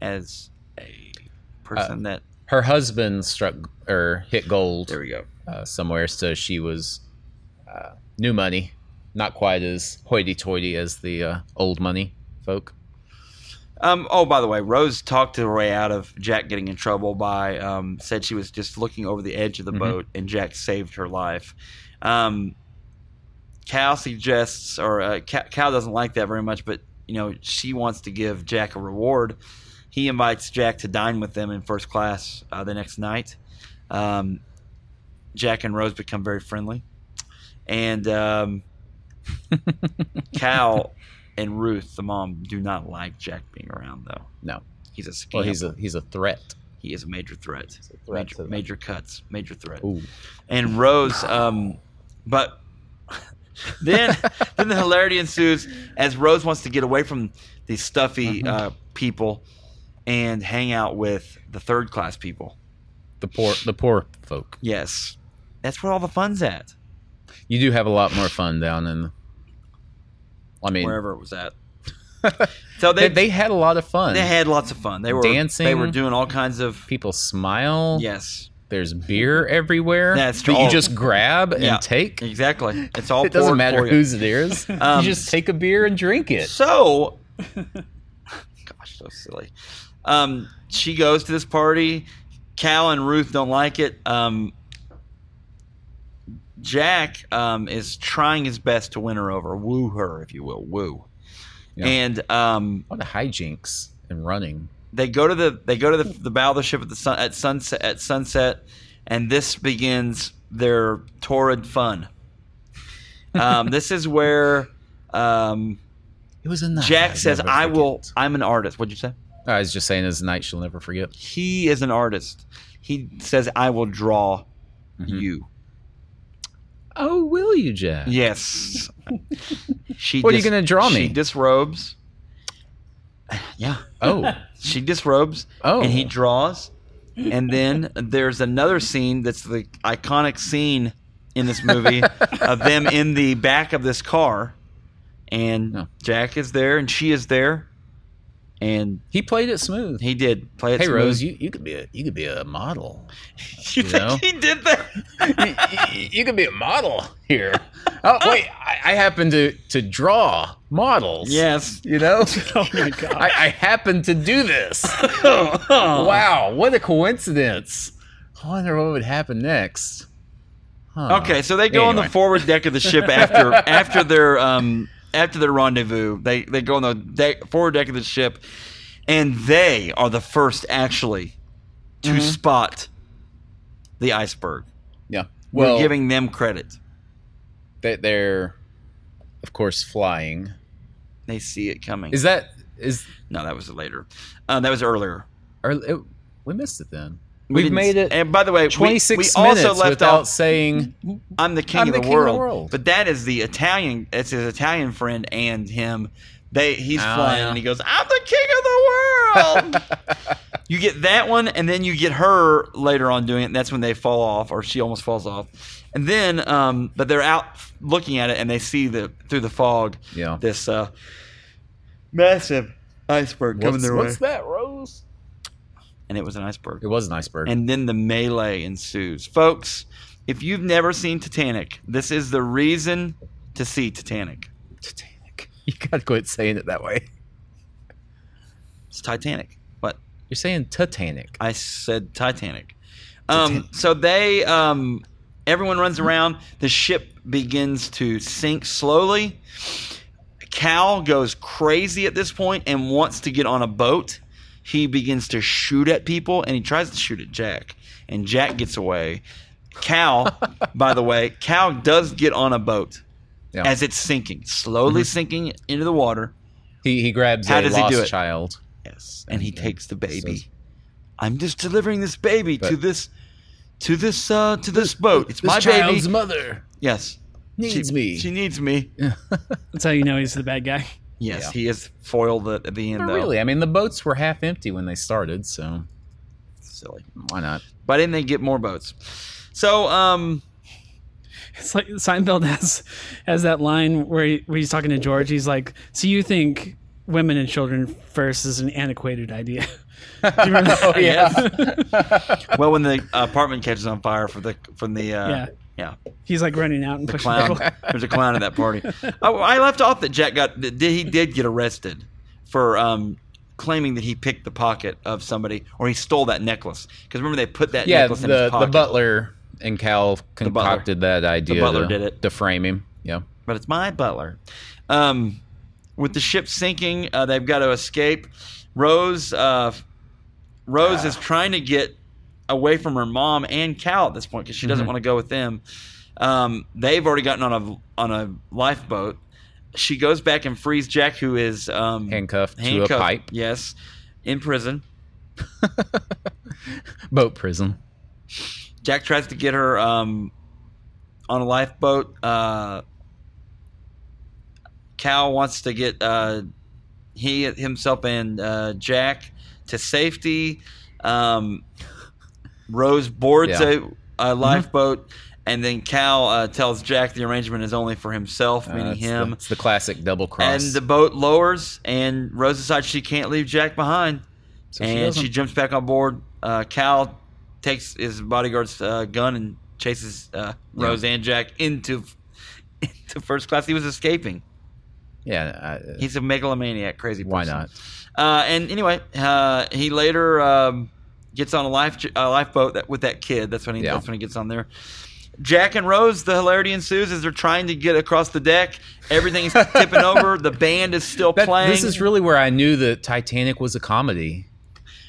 [SPEAKER 1] as a person
[SPEAKER 2] Uh,
[SPEAKER 1] that.
[SPEAKER 2] Her husband struck or hit gold.
[SPEAKER 1] There we go.
[SPEAKER 2] uh, somewhere, so she was uh, new money, not quite as hoity-toity as the uh, old money folk.
[SPEAKER 1] Um, oh, by the way, Rose talked her way out of Jack getting in trouble by um, said she was just looking over the edge of the
[SPEAKER 2] Mhm.
[SPEAKER 1] boat, and Jack saved her life. Um, Cal suggests, or uh, Ca- Cal doesn't like that very much, but you know she wants to give Jack a reward. He invites Jack to dine with them in first class uh, the next night. Um, Jack and Rose become very friendly, and um, Cal and Ruth, the mom, do not like Jack being around though.
[SPEAKER 2] No,
[SPEAKER 1] He's a scamp.
[SPEAKER 2] well, he's a he's a threat.
[SPEAKER 1] he is a major threat.
[SPEAKER 2] threat to
[SPEAKER 1] major,
[SPEAKER 2] them.
[SPEAKER 1] major cuts, major threat.
[SPEAKER 2] Ooh,
[SPEAKER 1] And Rose, um, but <laughs> then then the hilarity ensues as Rose wants to get away from these stuffy
[SPEAKER 2] Mm-hmm.
[SPEAKER 1] uh, people and hang out with the third class people.
[SPEAKER 2] the poor the poor folk.
[SPEAKER 1] Yes, that's where all the fun's at.
[SPEAKER 2] You do have a lot more fun down in. I mean,
[SPEAKER 1] wherever it was at. <laughs> so
[SPEAKER 2] they,
[SPEAKER 1] they, they
[SPEAKER 2] they had a lot of fun.
[SPEAKER 1] had lots of fun. They were They
[SPEAKER 2] Dancing.
[SPEAKER 1] were doing all kinds of
[SPEAKER 2] People smile.
[SPEAKER 1] yes.
[SPEAKER 2] There's beer everywhere
[SPEAKER 1] That's
[SPEAKER 2] that
[SPEAKER 1] all-
[SPEAKER 2] you just grab and
[SPEAKER 1] Yeah.
[SPEAKER 2] take.
[SPEAKER 1] Exactly. It's all
[SPEAKER 2] It doesn't
[SPEAKER 1] poured
[SPEAKER 2] matter
[SPEAKER 1] for you.
[SPEAKER 2] whose
[SPEAKER 1] <laughs>
[SPEAKER 2] it is.
[SPEAKER 1] Um,
[SPEAKER 2] you just take a beer and drink it.
[SPEAKER 1] So, gosh, so silly. Um, she goes to this party. Cal and Ruth don't like it. Um, Jack um, is trying his best to win her over, woo her, if you will, woo.
[SPEAKER 2] Yeah.
[SPEAKER 1] And um,
[SPEAKER 2] What a hijinks and running.
[SPEAKER 1] they go to the they go to the, the bow of the ship at the sun, at sunset at sunset, and this begins their torrid fun. Um, this is where um,
[SPEAKER 2] It was a night.
[SPEAKER 1] <laughs> Jack
[SPEAKER 2] I'll
[SPEAKER 1] says,
[SPEAKER 2] never
[SPEAKER 1] "I will.
[SPEAKER 2] forget."
[SPEAKER 1] I'm an artist." What'd you say?
[SPEAKER 2] I was just saying, as a night she'll never forget.
[SPEAKER 1] he is an artist. He says, "I will draw
[SPEAKER 2] Mhm.
[SPEAKER 1] you."
[SPEAKER 2] <laughs> Oh, will you, Jack?
[SPEAKER 1] Yes. she.
[SPEAKER 2] What are you gonna draw me?
[SPEAKER 1] She disrobes. Yeah, <laughs>
[SPEAKER 2] Oh,
[SPEAKER 1] she disrobes,
[SPEAKER 2] oh.
[SPEAKER 1] and he draws. And then there's another scene that's the iconic scene in this
[SPEAKER 2] <laughs>
[SPEAKER 1] movie of them in the back of this car, and
[SPEAKER 2] Oh.
[SPEAKER 1] Jack is there, and she is there, and
[SPEAKER 2] he played it smooth.
[SPEAKER 1] he did play it.
[SPEAKER 2] hey,
[SPEAKER 1] smooth.
[SPEAKER 2] Rose, you, you could be a you could be a model.
[SPEAKER 1] <laughs> you
[SPEAKER 2] you
[SPEAKER 1] think
[SPEAKER 2] know?
[SPEAKER 1] <laughs> he did that?
[SPEAKER 2] you, <laughs> you- you could be a model here. <laughs> Oh wait, I, I happen to to draw models.
[SPEAKER 1] Yes. <laughs>
[SPEAKER 2] you know,
[SPEAKER 3] Oh my god.
[SPEAKER 2] I, I happen to do this.
[SPEAKER 1] Oh.
[SPEAKER 2] wow, what a coincidence! I wonder what would happen next. Huh.
[SPEAKER 1] Okay, so they go on the
[SPEAKER 2] Anyway.
[SPEAKER 1] forward deck of the ship
[SPEAKER 2] <laughs>
[SPEAKER 1] after after their um after their rendezvous. They they go on the deck, forward deck of the ship, and they are the first actually to
[SPEAKER 2] Mm-hmm.
[SPEAKER 1] spot the iceberg.
[SPEAKER 2] Yeah.
[SPEAKER 1] We're
[SPEAKER 2] Well,
[SPEAKER 1] giving them credit.
[SPEAKER 2] that they're, of course, flying.
[SPEAKER 1] They see it coming.
[SPEAKER 2] Is that is
[SPEAKER 1] no, that was later. Uh, that was earlier.
[SPEAKER 2] Or it, we missed it then.
[SPEAKER 1] We
[SPEAKER 2] We've
[SPEAKER 1] didn't-
[SPEAKER 2] made it
[SPEAKER 1] And by the way, we-
[SPEAKER 2] 26
[SPEAKER 1] we,
[SPEAKER 2] minutes
[SPEAKER 1] also left
[SPEAKER 2] without
[SPEAKER 1] off. <laughs>
[SPEAKER 2] saying
[SPEAKER 1] I'm the king,
[SPEAKER 2] I'm
[SPEAKER 1] of,
[SPEAKER 2] the
[SPEAKER 1] the
[SPEAKER 2] king of the
[SPEAKER 1] world.
[SPEAKER 2] world.
[SPEAKER 1] But that is the Italian. It's his Italian friend and him. They he's
[SPEAKER 2] Oh,
[SPEAKER 1] flying
[SPEAKER 2] yeah.
[SPEAKER 1] and he goes, "I'm the king of the world."
[SPEAKER 2] <laughs>
[SPEAKER 1] you get that one, and then you get her later on doing it. And that's when they fall off, or she almost falls off. And then, um, but they're out looking at it, and they see the through the fog.
[SPEAKER 2] Yeah.
[SPEAKER 1] This uh, massive iceberg coming
[SPEAKER 2] what's,
[SPEAKER 1] their way,
[SPEAKER 2] what's that, Rose?
[SPEAKER 1] and it was an iceberg
[SPEAKER 2] It was an iceberg.
[SPEAKER 1] and then the melee ensues. Folks, if you've never seen Titanic, this is the reason to see Titanic.
[SPEAKER 2] Titanic. <laughs> You gotta quit saying it that way.
[SPEAKER 1] It's Titanic. What?
[SPEAKER 2] You're saying Titanic.
[SPEAKER 1] I said Titanic. Um, so they, um, everyone runs around. The ship begins to sink slowly. Cal goes crazy at this point and wants to get on a boat. He begins to shoot at people and he tries to shoot at Jack, and Jack gets away. Cal, by the way, Cal does get on a boat
[SPEAKER 2] Yeah.
[SPEAKER 1] as it's sinking, slowly sinking into the water.
[SPEAKER 2] He, he grabs
[SPEAKER 1] How
[SPEAKER 2] a
[SPEAKER 1] does he
[SPEAKER 2] lost
[SPEAKER 1] do it?
[SPEAKER 2] child.
[SPEAKER 1] Yes, and he
[SPEAKER 2] And-
[SPEAKER 1] takes the baby.
[SPEAKER 2] says-
[SPEAKER 1] I'm just delivering this baby to
[SPEAKER 2] But-
[SPEAKER 1] this, to this, uh, to this boat. It's my
[SPEAKER 2] child's
[SPEAKER 1] baby.
[SPEAKER 2] mother
[SPEAKER 1] Yes, She-
[SPEAKER 2] needs me.
[SPEAKER 1] She needs me.
[SPEAKER 3] That's how you know he's the bad guy. <laughs>
[SPEAKER 1] Yes,
[SPEAKER 2] Yeah.
[SPEAKER 1] he is foiled at, at the end.
[SPEAKER 2] But
[SPEAKER 1] though.
[SPEAKER 2] really, I mean, the boats were half empty when they started, so
[SPEAKER 1] silly.
[SPEAKER 2] why <laughs> not?
[SPEAKER 1] Why didn't they get more boats? So,
[SPEAKER 2] <laughs>
[SPEAKER 1] um,
[SPEAKER 3] It's like Seinfeld has has that line where, he, where he's talking to George. He's like, "So you think women and children first is an antiquated idea?" <laughs> Do you remember that?
[SPEAKER 2] Oh,
[SPEAKER 1] well, when the apartment catches on fire for the from the uh,
[SPEAKER 3] Yeah.
[SPEAKER 1] yeah.
[SPEAKER 3] He's like running out and
[SPEAKER 1] the
[SPEAKER 3] pushing
[SPEAKER 1] clown.
[SPEAKER 3] people.
[SPEAKER 1] There's a clown at that party. I, I left off that Jack got that did he did get arrested for um, claiming that he picked the pocket of somebody or he stole that necklace because remember they put that
[SPEAKER 2] <laughs> Yeah,
[SPEAKER 1] necklace in
[SPEAKER 2] the
[SPEAKER 1] his
[SPEAKER 2] the
[SPEAKER 1] pocket.
[SPEAKER 2] butler and Cal concocted that idea.
[SPEAKER 1] butler
[SPEAKER 2] to,
[SPEAKER 1] did it.
[SPEAKER 2] to frame him. Yeah,
[SPEAKER 1] but it's my butler. Um, with the ship sinking, uh, they've got to escape. Rose uh, Rose is trying to get away from her mom and Cal at this point because she doesn't
[SPEAKER 2] Mm-hmm.
[SPEAKER 1] want to go with them. Um, they've already gotten on a on a lifeboat. She goes back and frees Jack, who is um,
[SPEAKER 2] handcuffed, to a
[SPEAKER 1] handcuffed,
[SPEAKER 2] pipe,
[SPEAKER 1] Yes, in prison.
[SPEAKER 2] boat prison.
[SPEAKER 1] Jack tries to get her um, on a lifeboat. Uh, Cal wants to get uh, he himself and uh, Jack to safety. Um, Rose boards
[SPEAKER 2] Yeah. Mm-hmm.
[SPEAKER 1] a, a lifeboat, and then Cal uh, tells Jack the arrangement is only for himself,
[SPEAKER 2] Uh,
[SPEAKER 1] meaning
[SPEAKER 2] it's
[SPEAKER 1] him.
[SPEAKER 2] The, it's the classic double cross.
[SPEAKER 1] And the boat lowers, and Rose decides she can't leave Jack behind,
[SPEAKER 2] So she
[SPEAKER 1] and she,
[SPEAKER 2] doesn't-
[SPEAKER 1] jumps back on board. Uh, Cal takes his bodyguard's uh, gun and chases uh, Rose and Jack into <laughs> into first class. He was escaping.
[SPEAKER 2] yeah, I,
[SPEAKER 1] He's a megalomaniac, crazy. Person.
[SPEAKER 2] why not?
[SPEAKER 1] Uh, and anyway, uh, he later um, gets on a life a lifeboat that, with that kid. That's when he
[SPEAKER 2] Yeah.
[SPEAKER 1] that's when he gets on there. Jack and Rose, the hilarity ensues as they're trying to get across the deck. Everything's <laughs> tipping over. The band is still
[SPEAKER 2] That-
[SPEAKER 1] playing.
[SPEAKER 2] this is really where I knew that Titanic was a comedy,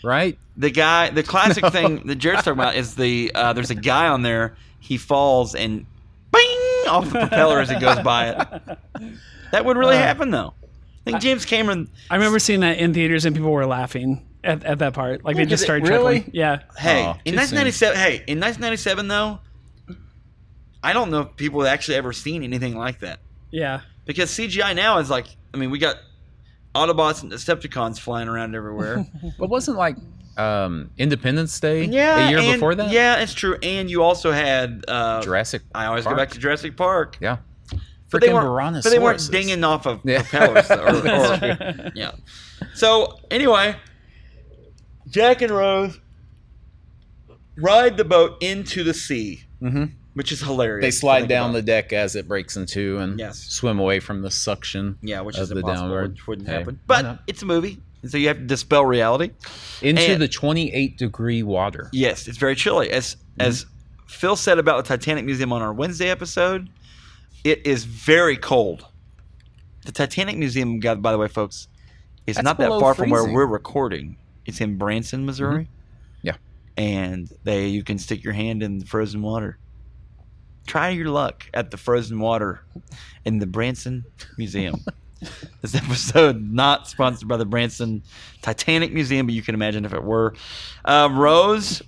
[SPEAKER 2] right?
[SPEAKER 1] the guy. The
[SPEAKER 2] <laughs>
[SPEAKER 1] classic thing that Jared's talking about is the uh, there's a guy on there. He falls and bing off the propeller as he goes by it. That would
[SPEAKER 2] Uh,
[SPEAKER 1] really happen though. I think James Cameron.
[SPEAKER 3] I remember seeing that in theaters and people were laughing at, at that part. Like they
[SPEAKER 2] did
[SPEAKER 3] just
[SPEAKER 2] it-
[SPEAKER 3] started
[SPEAKER 2] really?
[SPEAKER 3] chuckling. Yeah.
[SPEAKER 1] Hey,
[SPEAKER 2] Aw,
[SPEAKER 1] in
[SPEAKER 2] too
[SPEAKER 1] 1997. Hey, in 1997 though, I don't know if people have actually ever seen anything like that <laughs>
[SPEAKER 3] Yeah. <laughs>
[SPEAKER 1] because CGI now is like. I mean, we got Autobots and Decepticons flying around
[SPEAKER 2] <laughs>
[SPEAKER 1] everywhere.
[SPEAKER 2] But wasn't like um, Independence
[SPEAKER 1] <laughs>
[SPEAKER 2] Day
[SPEAKER 1] yeah,
[SPEAKER 2] a year
[SPEAKER 1] and-
[SPEAKER 2] before that?
[SPEAKER 1] Yeah, it's true. And you also had uh,
[SPEAKER 2] Jurassic.
[SPEAKER 1] I always
[SPEAKER 2] Park.
[SPEAKER 1] go back to Jurassic Park.
[SPEAKER 2] Yeah,
[SPEAKER 1] But they
[SPEAKER 2] Frickin'
[SPEAKER 1] weren't. But they weren't
[SPEAKER 2] Brontosaurus.
[SPEAKER 1] dinging off of
[SPEAKER 2] Yeah.
[SPEAKER 1] propellers. though, or,
[SPEAKER 2] <laughs>
[SPEAKER 1] or, yeah. So anyway, Jack and Rose ride the boat into the sea,
[SPEAKER 2] Mhm.
[SPEAKER 1] which is hilarious.
[SPEAKER 2] They
[SPEAKER 1] to
[SPEAKER 2] slide
[SPEAKER 1] think
[SPEAKER 2] down
[SPEAKER 1] about.
[SPEAKER 2] the deck as it breaks in two and
[SPEAKER 1] Yes.
[SPEAKER 2] swim away from the suction.
[SPEAKER 1] yeah, which
[SPEAKER 2] of
[SPEAKER 1] is
[SPEAKER 2] the
[SPEAKER 1] impossible,
[SPEAKER 2] downward.
[SPEAKER 1] which wouldn't
[SPEAKER 2] Hey,
[SPEAKER 1] happen.
[SPEAKER 2] why
[SPEAKER 1] But
[SPEAKER 2] not?
[SPEAKER 1] it's a movie, and so you have to dispel reality.
[SPEAKER 2] into
[SPEAKER 1] And-
[SPEAKER 2] the 28 degree water.
[SPEAKER 1] Yes, it's very chilly. As
[SPEAKER 2] Mm-hmm.
[SPEAKER 1] as Phil said about the Titanic Museum on our Wednesday episode, it is very cold. The Titanic Museum, God, by the way, folks, is
[SPEAKER 2] That's
[SPEAKER 1] not that
[SPEAKER 2] below
[SPEAKER 1] far from where
[SPEAKER 2] freezing. Mm-hmm.
[SPEAKER 1] we're recording. It's in Branson, Missouri.
[SPEAKER 2] Yeah.
[SPEAKER 1] and they you can stick your hand in the frozen water. Try your luck at the frozen water in the Branson
[SPEAKER 2] <laughs>
[SPEAKER 1] Museum. this episode not sponsored by the Branson Titanic Museum, but you can imagine if it were. Uh, Rose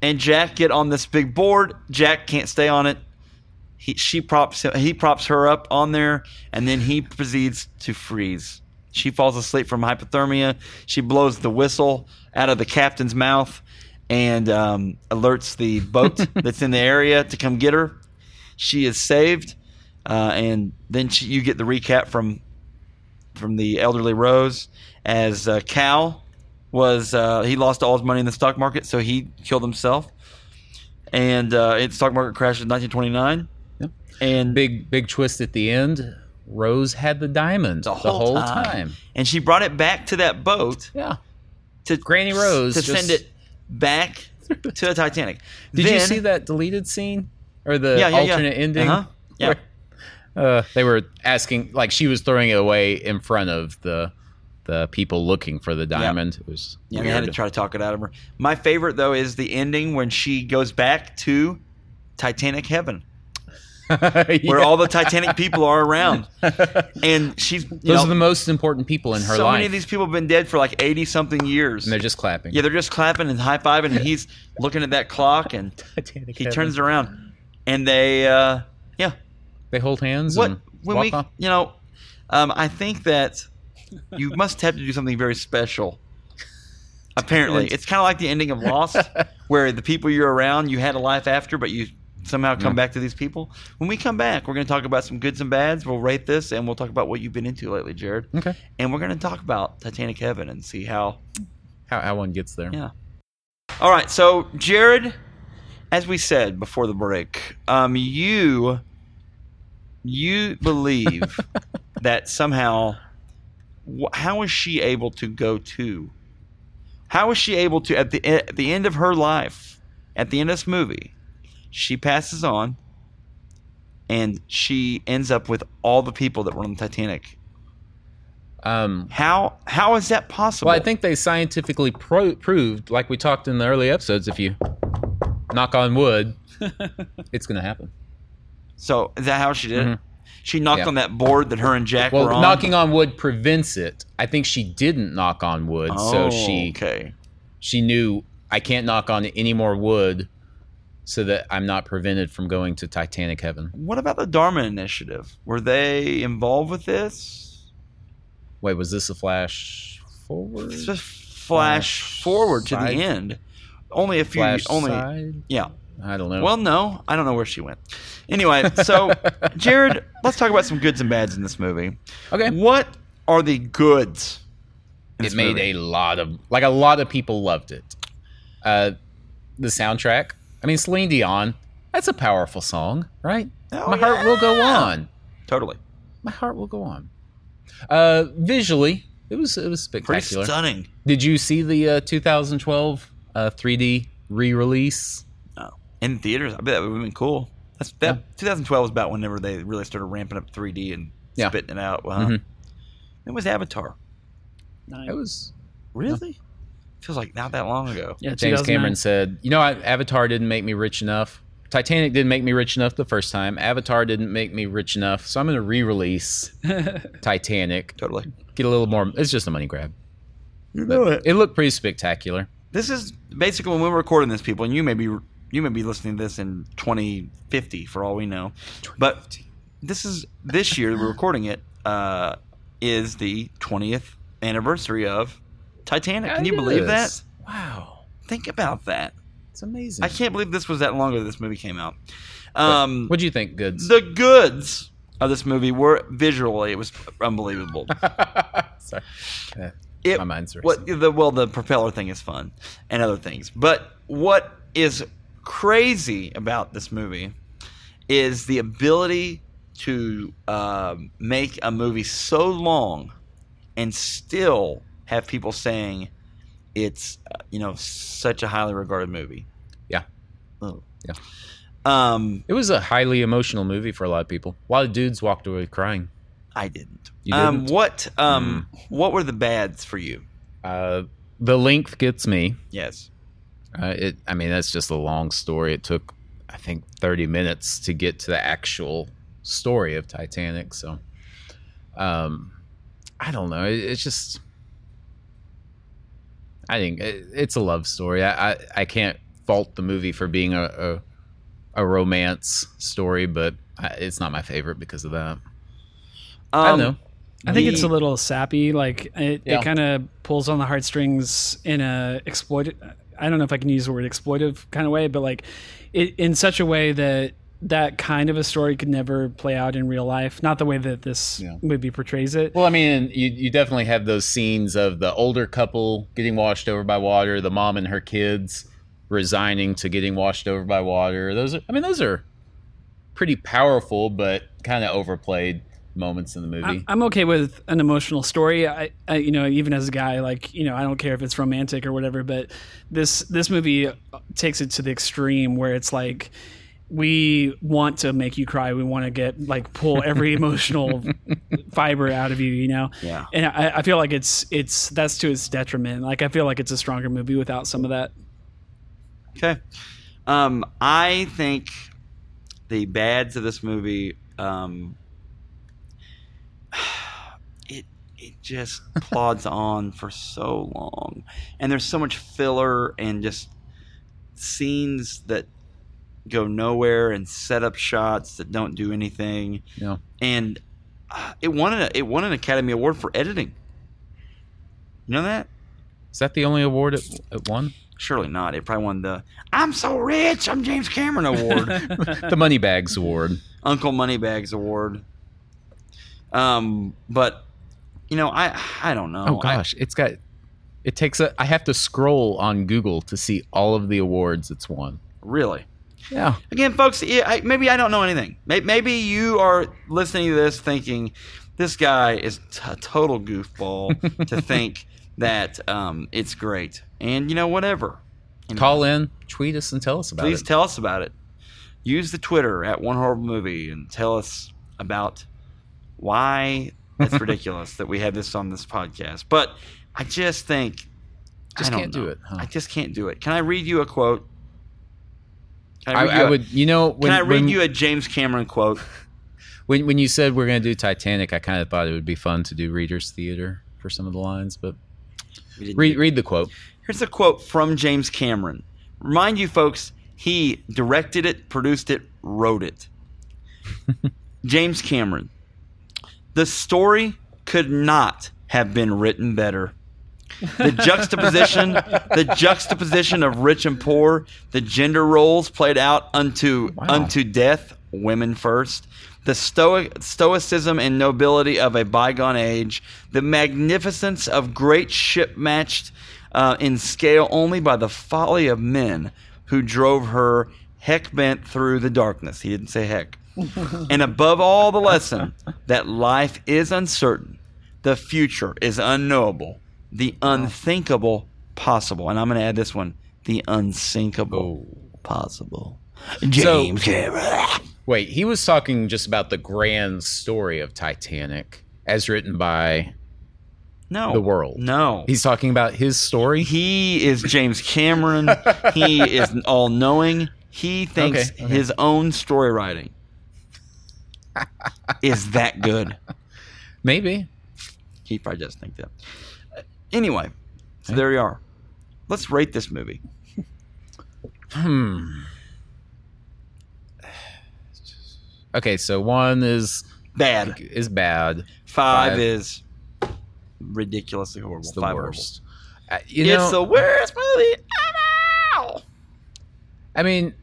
[SPEAKER 1] and Jack get on this big board. Jack can't stay on it. He, she props him, he props her up on there, and then he proceeds to freeze. She falls asleep from hypothermia. She blows the whistle out of the captain's mouth and um, alerts the boat that's in the area to come get her. She is saved, uh, and then she, you get the recap from from the elderly Rose as uh, Cal was uh, he lost all his money in the stock market, so he killed himself. And uh, it stock market crashed in 1929.
[SPEAKER 2] Yep.
[SPEAKER 1] And
[SPEAKER 2] Big big twist at the end. Rose had the diamond the whole, time.
[SPEAKER 1] and she brought it back to that boat
[SPEAKER 2] Yeah.
[SPEAKER 1] to
[SPEAKER 2] Granny Rose
[SPEAKER 1] to
[SPEAKER 2] just-
[SPEAKER 1] send it back to the Titanic.
[SPEAKER 2] Did you
[SPEAKER 1] Then-
[SPEAKER 2] see that deleted scene or the
[SPEAKER 1] Yeah, yeah, yeah.
[SPEAKER 2] alternate ending?
[SPEAKER 1] Uh-huh. Yeah.
[SPEAKER 2] Where, uh, they were asking, like she was throwing it away in front of the the people looking for the diamond. It was
[SPEAKER 1] Yeah, they
[SPEAKER 2] weird.
[SPEAKER 1] had to try to talk it out of her. My favorite though is the ending when she goes back to Titanic heaven, where
[SPEAKER 2] <laughs> Yeah.
[SPEAKER 1] all the Titanic people are
[SPEAKER 2] <laughs>
[SPEAKER 1] around, and she's you
[SPEAKER 2] those
[SPEAKER 1] know,
[SPEAKER 2] are the most important people in her
[SPEAKER 1] so
[SPEAKER 2] life,
[SPEAKER 1] many of these people have been dead for like eighty something years.
[SPEAKER 2] and they're just clapping.
[SPEAKER 1] yeah, they're just clapping and high fiving, and he's looking at that clock, and
[SPEAKER 2] Titanic
[SPEAKER 1] he
[SPEAKER 2] heaven.
[SPEAKER 1] turns around, and they, uh, yeah,
[SPEAKER 2] They hold hands.
[SPEAKER 1] what
[SPEAKER 2] and
[SPEAKER 1] when
[SPEAKER 2] walk
[SPEAKER 1] we,
[SPEAKER 2] off.
[SPEAKER 1] you know, um, I think that you must have to do something very special. Apparently, it's kind of like the ending of
[SPEAKER 2] <laughs>
[SPEAKER 1] Lost, where the people you're around, you had a life after, but you somehow come back to these people. When we come back, we're going to talk about some goods and bads. We'll rate this, and we'll talk about what you've been into lately, Jared.
[SPEAKER 2] Okay.
[SPEAKER 1] And we're going to talk about Titanic Heaven and see how
[SPEAKER 2] How, how one gets there?
[SPEAKER 1] yeah. All right. So, Jared, as we said before the break, um, you you
[SPEAKER 2] <laughs>
[SPEAKER 1] believe that somehow, wh- how was she able to go to? How was she able to at the e- at the end of her life, at the end of this movie, she passes on, and she ends up with all the people that were on the Titanic.
[SPEAKER 2] Um,
[SPEAKER 1] How how is that possible?
[SPEAKER 2] well, I think they scientifically pro- proved, like we talked in the early episodes, if you knock
[SPEAKER 1] <laughs>
[SPEAKER 2] on wood, it's going to happen.
[SPEAKER 1] So is that how she did it? She knocked
[SPEAKER 2] Mm-hmm. Yeah.
[SPEAKER 1] on that board that her and Jack
[SPEAKER 2] Well,
[SPEAKER 1] were on.
[SPEAKER 2] knocking on wood prevents it. I think she didn't knock on wood, so
[SPEAKER 1] Oh,
[SPEAKER 2] she
[SPEAKER 1] okay.
[SPEAKER 2] she knew I can't knock on any more wood, so that I'm not prevented from going to Titanic heaven.
[SPEAKER 1] What about the Dharma Initiative? Were they involved with this?
[SPEAKER 2] Wait, was this a flash forward?
[SPEAKER 1] It's just flash
[SPEAKER 2] Flash
[SPEAKER 1] forward to
[SPEAKER 2] side?
[SPEAKER 1] the end. Only a few.
[SPEAKER 2] Flash
[SPEAKER 1] only
[SPEAKER 2] side?
[SPEAKER 1] yeah.
[SPEAKER 2] I don't know.
[SPEAKER 1] Well, no, I don't know where she went. Anyway,
[SPEAKER 2] <laughs>
[SPEAKER 1] so Jared, let's talk about some goods and bads in this movie.
[SPEAKER 2] okay.
[SPEAKER 1] What are the goods? in
[SPEAKER 2] it
[SPEAKER 1] this
[SPEAKER 2] made
[SPEAKER 1] movie?
[SPEAKER 2] a lot of like a lot of people loved it. Uh, the soundtrack. I mean, Celine Dion. That's a powerful song, right?
[SPEAKER 1] Oh,
[SPEAKER 2] My heart will go on.
[SPEAKER 1] totally
[SPEAKER 2] My heart will go on. Uh, visually, it was it was
[SPEAKER 1] pretty
[SPEAKER 2] spectacular.
[SPEAKER 1] stunning.
[SPEAKER 2] Did you see the uh, 2012 uh, 3D re-release?
[SPEAKER 1] Oh. In theaters, I bet that would have been cool. That's that. 2012 was about whenever they really started ramping up 3D and
[SPEAKER 2] Yeah.
[SPEAKER 1] spitting it out. Wow.
[SPEAKER 2] Mhm.
[SPEAKER 1] It was Avatar.
[SPEAKER 2] It was.
[SPEAKER 1] Really? Feels like not that long ago.
[SPEAKER 3] Yeah,
[SPEAKER 2] James
[SPEAKER 3] 2009.
[SPEAKER 2] Cameron said, "You know, I, Avatar didn't make me rich enough. Titanic didn't make me rich enough the first time. Avatar didn't make me rich enough, so I'm going
[SPEAKER 1] <laughs>
[SPEAKER 2] to re-release Titanic.
[SPEAKER 1] Totally.
[SPEAKER 2] Get a little more. It's just a money grab.
[SPEAKER 1] You
[SPEAKER 2] It looked pretty spectacular.
[SPEAKER 1] This is basically when we're recording this, people, and you may be you may be listening to this in 2050 for all we know, but this is this year we're recording it uh, is the 20th anniversary of Titanic. Can you believe that?
[SPEAKER 2] Oh, Yes. Wow,
[SPEAKER 1] Think about that.
[SPEAKER 2] it's amazing.
[SPEAKER 1] I can't believe this was that long ago this movie came out. Um,
[SPEAKER 2] What do you think, Goods?
[SPEAKER 1] the goods of this movie were visually it was unbelievable.
[SPEAKER 2] <laughs> Sorry, Uh,
[SPEAKER 1] It,
[SPEAKER 2] my mind's racing.
[SPEAKER 1] what the well the propeller thing is fun and other things, but what is crazy about this movie is the ability to um make a movie so long and still have people saying it's uh, you know such a highly regarded movie.
[SPEAKER 2] Yeah.
[SPEAKER 1] Oh.
[SPEAKER 2] Yeah.
[SPEAKER 1] Um,
[SPEAKER 2] It was a highly emotional movie for a lot of people. A lot of dudes walked away crying.
[SPEAKER 1] I didn't.
[SPEAKER 2] You
[SPEAKER 1] Um,
[SPEAKER 2] didn't? Hmm.
[SPEAKER 1] what um, what were the bads for you?
[SPEAKER 2] Uh, the length gets me.
[SPEAKER 1] Yes.
[SPEAKER 2] Uh, it, I mean, that's just a long story. It took, I think, 30 minutes to get to the actual story of Titanic. So, um, I don't know. It, it's just, I think it, it's a love story. I, I, I can't fault the movie for being a a, a romance story, but I, it's not my favorite because of that. I
[SPEAKER 1] Um,
[SPEAKER 2] don't know.
[SPEAKER 3] I think
[SPEAKER 1] The-
[SPEAKER 3] it's a little sappy. Like it,
[SPEAKER 2] Yeah.
[SPEAKER 3] it kind of pulls on the heartstrings in a exploit. I don't know if I can use the word exploitive kind of way, but like it in such a way that that kind of a story could never play out in real life. Not the way that this
[SPEAKER 2] Yeah.
[SPEAKER 3] movie portrays it.
[SPEAKER 2] Well, I mean, you you definitely have those scenes of the older couple getting washed over by water, the mom and her kids resigning to getting washed over by water. Those are, I mean, those are pretty powerful but kind of overplayed moments in the movie.
[SPEAKER 3] I, I'm okay with an emotional story. I, I, you know, even as a guy, like you know, I don't care if it's romantic or whatever. But this this movie takes it to the extreme where it's like we want to make you cry. We want to get like pull
[SPEAKER 1] <laughs>
[SPEAKER 3] every emotional fiber out of you. You know.
[SPEAKER 1] Yeah.
[SPEAKER 3] And I, I feel like it's it's that's to its detriment. Like I feel like it's a stronger movie without some of that.
[SPEAKER 1] Okay. Um, I think the bads of this movie, um, <sighs> it it just plods on for so long, and there's so much filler and just scenes that go nowhere and setup shots that don't do anything.
[SPEAKER 2] Yeah.
[SPEAKER 1] And uh, it won an it won an Academy Award for editing. You know that?
[SPEAKER 2] Is that the only award it, it won?
[SPEAKER 1] Surely not. It probably won the "I'm so rich, I'm James Cameron" award.
[SPEAKER 2] <laughs> the Moneybags Award.
[SPEAKER 1] Uncle Moneybags Award. Um, but you know, I I don't know.
[SPEAKER 2] Oh gosh, it's got. It takes a. I have to scroll on Google to see all of the awards it's won.
[SPEAKER 1] I, really.
[SPEAKER 2] Yeah.
[SPEAKER 1] Again, folks, yeah, I, maybe I don't know anything. May- Maybe you are listening to this thinking this guy is t- a total goofball
[SPEAKER 2] <laughs>
[SPEAKER 1] to think that um, it's great. And you know, whatever. You know,
[SPEAKER 2] Call in, tweet us, and tell us about
[SPEAKER 1] please
[SPEAKER 2] it.
[SPEAKER 1] tell us about it. Use the Twitter at One Horrible Movie and tell us about why
[SPEAKER 2] <laughs>
[SPEAKER 1] it's ridiculous that we had this on this podcast. But I just think I
[SPEAKER 2] Just
[SPEAKER 1] don't
[SPEAKER 2] can't do
[SPEAKER 1] know.
[SPEAKER 2] it, huh?
[SPEAKER 1] I just can't do it. Can I read you a quote? Can I
[SPEAKER 2] I,
[SPEAKER 1] read,
[SPEAKER 2] I
[SPEAKER 1] you, a,
[SPEAKER 2] would, you know,
[SPEAKER 1] can
[SPEAKER 2] when,
[SPEAKER 1] I read
[SPEAKER 2] when,
[SPEAKER 1] you a James Cameron quote?
[SPEAKER 2] when when you said we're going to do Titanic, I kind of thought it would be fun to do Reader's Theater for some of the lines, but
[SPEAKER 1] We didn't
[SPEAKER 2] read read the quote.
[SPEAKER 1] Here's a quote from James Cameron. Remind you folks, he directed it, produced it, wrote it. James Cameron. The story could not have been written better. The juxtaposition, the juxtaposition of rich and poor, the gender roles played out unto
[SPEAKER 2] Wow.
[SPEAKER 1] unto death, women first. The stoic stoicism and nobility of a bygone age, the magnificence of great ship matched uh, in scale only by the folly of men who drove her heck bent through the darkness. He didn't say heck. and above all, the lesson that life is uncertain, the future is unknowable, the unthinkable possible. And I'm going to add this one the unsinkable possible. James Cameron.
[SPEAKER 2] Wait, he was talking just about the grand story of Titanic as written by.
[SPEAKER 1] No.
[SPEAKER 2] The world.
[SPEAKER 1] No.
[SPEAKER 2] He's talking about his story.
[SPEAKER 1] he is James Cameron.
[SPEAKER 2] <laughs>
[SPEAKER 1] he is all knowing. He thinks
[SPEAKER 2] Okay, okay.
[SPEAKER 1] his own story writing is that good.
[SPEAKER 2] Maybe
[SPEAKER 1] He probably does think that. Uh, Anyway, so there you are. Let's rate this movie.
[SPEAKER 2] okay. So one is
[SPEAKER 1] Bad.
[SPEAKER 2] is bad.
[SPEAKER 1] Five,
[SPEAKER 2] Five.
[SPEAKER 1] is ridiculously horrible.
[SPEAKER 2] It's the
[SPEAKER 1] Five
[SPEAKER 2] worst. Uh, you
[SPEAKER 1] Horrible.
[SPEAKER 2] know,
[SPEAKER 1] it's the worst movie ever.
[SPEAKER 2] I mean,